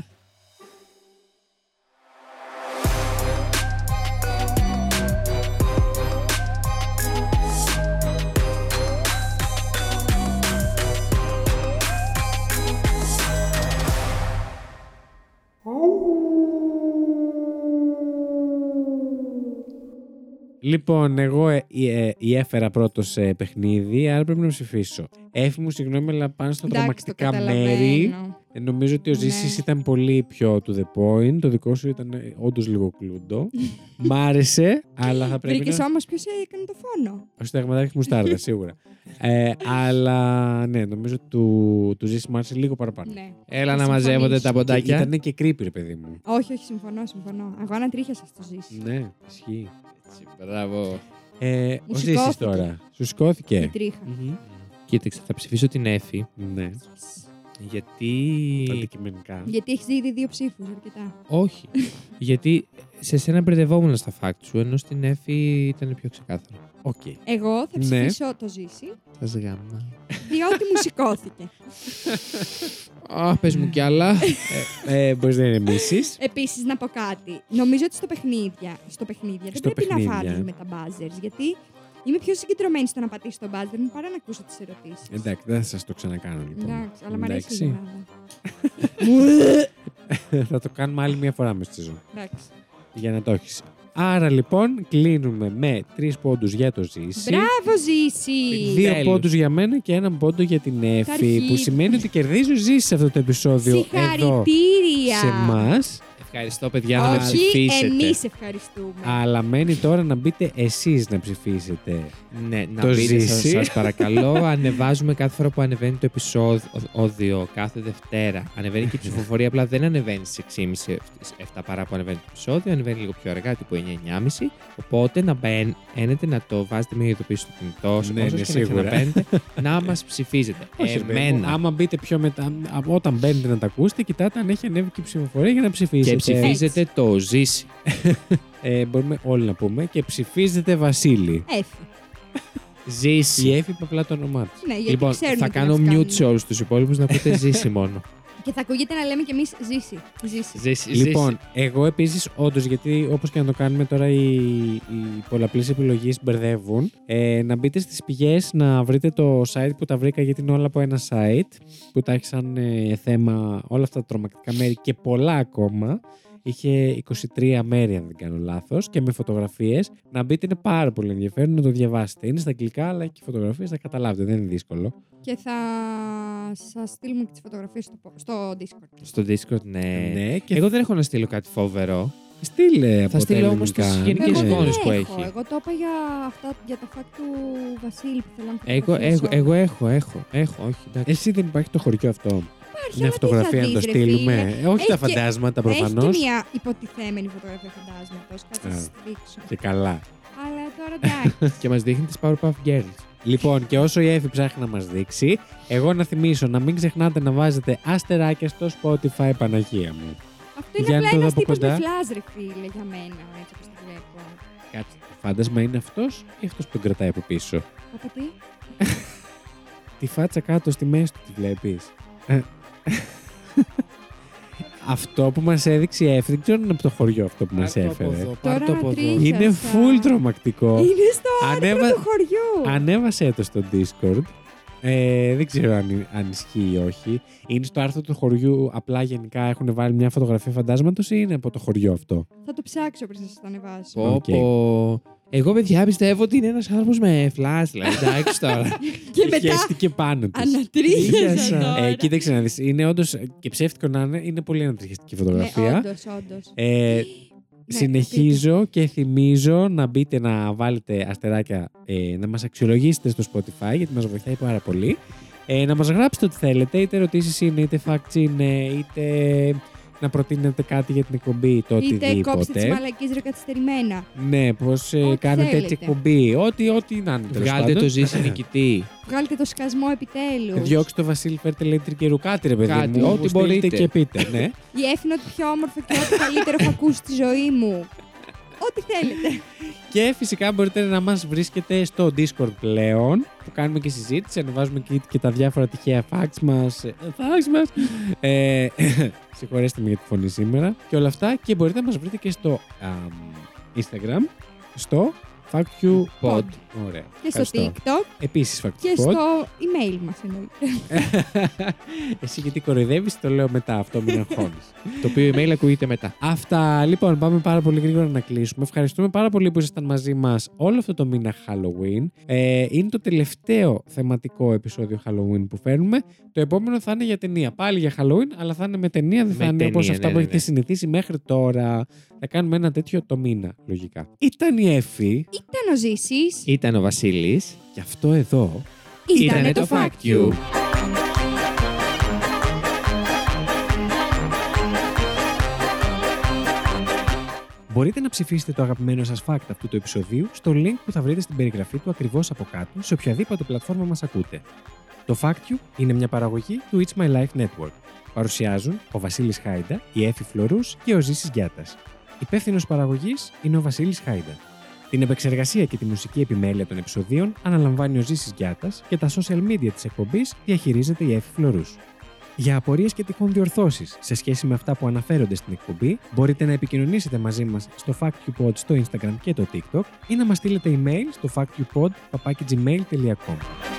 C: Λοιπόν, εγώ ε, ε, ε, έφερα πρώτο σε παιχνίδι, άρα πρέπει να ψηφίσω. Έφη μου, συγγνώμη, αλλά πάνω στα
D: εντάξει, το
C: τρομακτικά μέρη.
D: καταλαβαίνω.
C: Ε, Νομίζω ότι ο
D: Ναι.
C: Ζήσης ήταν πολύ πιο to the point. Το δικό σου ήταν όντως λίγο κλούντο. Μ' άρεσε, αλλά θα πρέπει
D: Βρήκες
C: να.
D: όμως ποιος ε, έκανε το φόνο.
C: Ο συνταγματάρχης Μουστάρδας, σίγουρα. ε, αλλά ναι, νομίζω του, του Ζήση μ' άρεσε λίγο παραπάνω.
D: Ναι.
E: Έλα να
D: Συμφωνείς.
E: μαζεύονται τα ποντάκια.
C: Ήταν και creepy, ρε παιδί μου.
D: Όχι, όχι, συμφωνώ, συμφωνώ. Αγώνα τρίχια σα το ζήσει.
C: Ναι, ισχύει.
E: Έτσι, Μπράβο.
C: Ε,
D: Μου
C: ο Ζήσης
D: σηκώθηκε.
C: τώρα. Σου
D: Η
C: σηκώθηκε.
D: τρίχα.
C: Ναι. Μμμ.
E: Κοίταξε, θα ψηφίσω την Εφη.
C: Ναι,
E: Γιατί.
C: αντικειμενικά.
D: Γιατί έχεις ήδη δύο ψήφους, αρκετά.
E: Όχι. γιατί σε σένα μπερδευόμουν στα φάκτ σου, ενώ στην Εφη ήταν πιο ξεκάθαρο.
C: Οκ.
D: Εγώ θα
C: Ναι.
D: ψηφίσω το ζήσει,
E: Θα σγάμα.
D: διότι μου σηκώθηκε.
E: Α, πες μου κι άλλα.
C: Ε, Μπορείς να ηρεμήσεις.
D: Επίσης, να πω κάτι. Νομίζω ότι στο παιχνίδια, στο παιχνίδια
C: Στο
D: δεν πρέπει
C: παιχνίδια,
D: να
C: ε.
D: φάνει με τα buzzers, γιατί είμαι πιο συγκεντρωμένη στο να πατήσει τον buzzer μου παρά να ακούσω τις ερωτήσεις.
C: Εντάξει, δεν θα σας το ξανακάνω λοιπόν.
D: Εντάξει, αλλά μου αρέσει η
C: Εντάξει.
D: Ελλάδα.
C: θα το κάνουμε άλλη μια φορά μες στη ζωή.
D: Εντάξει.
C: για να το έχεις. Άρα λοιπόν κλείνουμε με τρεις πόντους για το Ζήση.
D: Μπράβο, Ζήση!
C: Δύο
E: Τέλος.
C: πόντους για μένα και έναν πόντο για την Εφη.
D: αρχή.
C: Που σημαίνει ότι κερδίζει ο Ζήση σε αυτό το επεισόδιο εδώ
D: Συγχαρητήρια!
C: σε εμάς.
E: Ευχαριστώ, παιδιά, να με
D: Όχι,
E: ψηφίσετε.
D: εμείς ευχαριστούμε.
C: Αλλά μένει τώρα να μπείτε εσείς να ψηφίσετε.
E: Ναι, να
C: Το
E: πείτε
C: ζήσει.
E: σας, σας παρακαλώ. Ανεβάζουμε κάθε φορά που ανεβαίνει το επεισόδιο, κάθε Δευτέρα. Ανεβαίνει και η ψηφοφορία, απλά δεν ανεβαίνει στις 6.30, 7 παρά που ανεβαίνει το επεισόδιο. Ανεβαίνει λίγο πιο αργά, τύπου 9.30. Οπότε να μπαίνετε, να το βάζετε μια ειδοποίηση στο κινητό σας,
C: Ναι,
E: όσες
C: ναι,
E: και να
C: σίγουρα.
E: ξαναμπαίνετε, να μας ψηφίζετε.
C: Όχι, ρε παιδί μου,
E: Ε, Εμένα.
C: Άμα μπείτε πιο μετά, α, όταν μπαίνετε να τα ακούσετε, κοιτάτε αν έχει ανέβει και η ψηφοφορία για να ψηφίσετε.
E: Και ψηφίζετε το ζήσει.
C: Ε, μπορούμε όλοι να πούμε. Και ψηφίζετε Βασίλη.
D: Έφη.
E: Ζήσει.
C: Η Εφη είπε απλά το όνομά της.
D: Ναι, γιατί
E: Λοιπόν,
D: ξέρουν
E: θα
D: τι
E: κάνω
D: μας κάνουν.
E: mute σε όλου του υπόλοιπους να πείτε ζήσει μόνο.
D: Και θα ακούγεται να λέμε κι εμείς ζήσει. Ζήσει.
E: Ζήσει,
C: Λοιπόν, εγώ επίσης, όντως, γιατί όπως και να το κάνουμε τώρα, οι, οι πολλαπλές επιλογές μπερδεύουν. Ε, να μπείτε στις πηγές, να βρείτε το site που τα βρήκα, γιατί είναι όλα από ένα site που τα έχει σαν ε, θέμα όλα αυτά τα τρομακτικά μέρη και πολλά ακόμα. Είχε 23 μέρη, αν δεν κάνω λάθος, και με φωτογραφίες. Να μπείτε, είναι πάρα πολύ ενδιαφέρον να το διαβάσετε. Είναι στα αγγλικά, αλλά και φωτογραφίες θα καταλάβετε, δεν είναι δύσκολο.
D: Και θα σας στείλουμε και τις φωτογραφίες στο, πο- στο Discord.
E: Στο Discord, ναι.
C: Ναι, και
E: Εγώ δεν έχω να στείλω κάτι φοβερό.
C: στείλε από
E: στείλω
C: τα
E: όμως
C: ελληνικά. Ναι.
E: τις
D: Εγώ
E: γενικές Και τις
D: δεν
E: εικόνες που
D: έχω.
E: έχει.
D: Εγώ το είπα για, αυτά, για τα φάκ του Βασίλη που θέλω να
E: Εγώ,
D: φωτογραφίσω.
E: εγώ, εγώ έχω, έχω, έχω, όχι, εντάξει.
C: Εσύ δεν υπάρχει το χωριό αυτό.
D: Υπάρχει,
C: Μια
D: αλλά τι θα
C: φωτογραφία να
D: δεις,
C: το
D: ρε
C: στείλουμε.
D: φίλε.
C: Ε, όχι
D: Έχει και-
C: τα φαντάσματα
D: Έχει
C: προφανώ.
D: και μια υποτιθέμενη φωτογραφία φαντάσματος. Κάτσε να
C: Α.
D: σας δείξω.
C: Και καλά.
D: Αλλά τώρα εντάξει.
E: Και μας δείχνει τις Powerpuff Girls.
C: Λοιπόν, και όσο η Εφη ψάχνει να μας δείξει, εγώ να θυμίσω να μην ξεχνάτε να βάζετε αστεράκια στο Spotify Παναγία μου.
D: Αυτό είναι
C: Για να
D: απλά
C: το δω
D: ένα
C: από
D: τύπος
C: κοντά.
D: με φλάζ, ρε φίλε, για μένα, έτσι όπως το βλέπω.
C: Κάτσε. το Φάντασμα είναι αυτός ή αυτός που τον κρατάει από πίσω.
D: Από τι?
C: Τη φάτσα κάτω στη μέση του τη βλέπεις. αυτό που μας έδειξε η Εφη, δεν ξέρω αν είναι από το χωριό αυτό που μας έφερε.
D: Τώρα να τρέχει.
C: Είναι
D: Ίσως, α.
C: full τρομακτικό.
D: Είναι στο
C: Ανέβα...
D: άρθρο του χωριού.
C: Ανέβασέ το στο Discord. Ε, δεν ξέρω αν, αν ισχύει ή όχι. Είναι στο άρθρο του χωριού, απλά γενικά έχουν βάλει μια φωτογραφία φαντάσματος ή είναι από το χωριό αυτό.
D: Θα το ψάξω πριν σας το ανεβάσω.
E: Πω,
C: Οκ.
E: πω. Εγώ, παιδιά, πιστεύω ότι είναι ένας άνθρωπος με flash, δηλαδή. Εντάξει τώρα.
D: Και μετά
C: χέστηκε πάνω της.
D: ανατρίχεσαι
E: Ανατρίχιασα.
D: τώρα.
C: Ε, κοίταξε να δεις, είναι όντως, και ψεύτικο να είναι, είναι πολύ
D: Ναι,
C: ανατριχιαστική φωτογραφία.
D: Όντως, όντως.
C: Ε,
D: Ναι,
C: Συνεχίζω και θυμίζω να μπείτε να βάλετε αστεράκια, ε, να μας αξιολογήσετε στο Spotify γιατί μας βοηθάει πάρα πολύ. Ε, να μας γράψετε ό,τι θέλετε, είτε ερωτήσεις είναι, είτε facts είναι, είτε να προτείνετε κάτι για την εκπομπή ή το
D: Είτε ναι, κόψτε τι
C: οτιδήποτε.
D: μαλακίε ρεκαθυστερημένα.
C: Ναι, πώς ε,
D: Ό,τι
C: κάνετε
D: θέλετε.
C: έτσι εκπομπή, ό,τι, ό,τι να είναι τέλος
E: Βγάλτε το
C: πάντων.
E: ζήσει νικητή.
D: Βγάλετε το σκασμό επιτέλους.
C: Διώξτε το Βασίλη, φέρτε λέει τρικερού κάτι ρε παιδί
E: Κάτι,
C: μου,
E: ό,τι
C: μου στείλτε
E: μπορείτε.
C: και πείτε, ναι.
D: Η έφηνο ότι πιο όμορφο και ό,τι καλύτερο έχω ακούσει στη ζωή μου. Ό,τι θέλετε.
C: Και φυσικά μπορείτε να μας βρίσκετε στο Discord πλέον που κάνουμε και συζήτηση, ανεβάζουμε και, και τα διάφορα τυχαία facts μας. ε, Facts μας. Ε, συγχωρέστε με για τη φωνή σήμερα. Και όλα αυτά και μπορείτε να μας βρείτε και στο αμ, Instagram, στο Fact You Pod.
D: Pod.
C: Ωραία.
D: Και στο TikTok
C: Επίσης Fact
D: και
C: You Pod.
D: στο email μας εννοείται.
C: Εσύ γιατί κοροϊδεύεις, το λέω μετά αυτό, μην αγχώνεις.
E: Το οποίο email ακούγεται μετά.
C: Αυτά λοιπόν, πάμε πάρα πολύ γρήγορα να κλείσουμε. Ευχαριστούμε πάρα πολύ που ήσασταν μαζί μας όλο αυτό το μήνα Halloween. Ε, είναι το τελευταίο θεματικό επεισόδιο Halloween που φέρνουμε. Το επόμενο θα είναι για ταινία. Πάλι για Halloween, αλλά θα είναι με ταινία, δεν θα
E: Με
C: είναι όπω
E: ταινία,
C: αυτά
E: ναι,
C: που
E: ναι,
C: έχετε
E: ναι.
C: συνηθίσει μέχρι τώρα. Θα κάνουμε ένα τέτοιο το μήνα, λογικά. Ήταν η Εφη,
D: Ήταν ο Ζήσης.
E: Ήταν ο Βασίλης.
C: και αυτό εδώ.
E: Ήτανε το Fact You.
C: Μπορείτε να ψηφίσετε το αγαπημένο σας fact αυτού του επεισοδίου στο link που θα βρείτε στην περιγραφή του ακριβώς από κάτω σε οποιαδήποτε πλατφόρμα μας ακούτε. Το Fact You είναι μια παραγωγή του It's My Life Network. Παρουσιάζουν ο Βασίλης Χάιντα, η Έφη Φλωρούς και ο Ζήσης Γιάτας. Υπεύθυνος παραγωγής είναι ο Βασίλης Χάιντα. Την επεξεργασία και τη μουσική επιμέλεια των επεισοδίων αναλαμβάνει ο Ζήσης Γιάτας και τα social media της εκπομπής διαχειρίζεται η Έφη Φλωρούς. Για απορίες και τυχόν διορθώσεις σε σχέση με αυτά που αναφέρονται στην εκπομπή, μπορείτε να επικοινωνήσετε μαζί μας στο FactQpod στο Instagram και το TikTok ή να μας στείλετε email στο factqpod.gmail.com.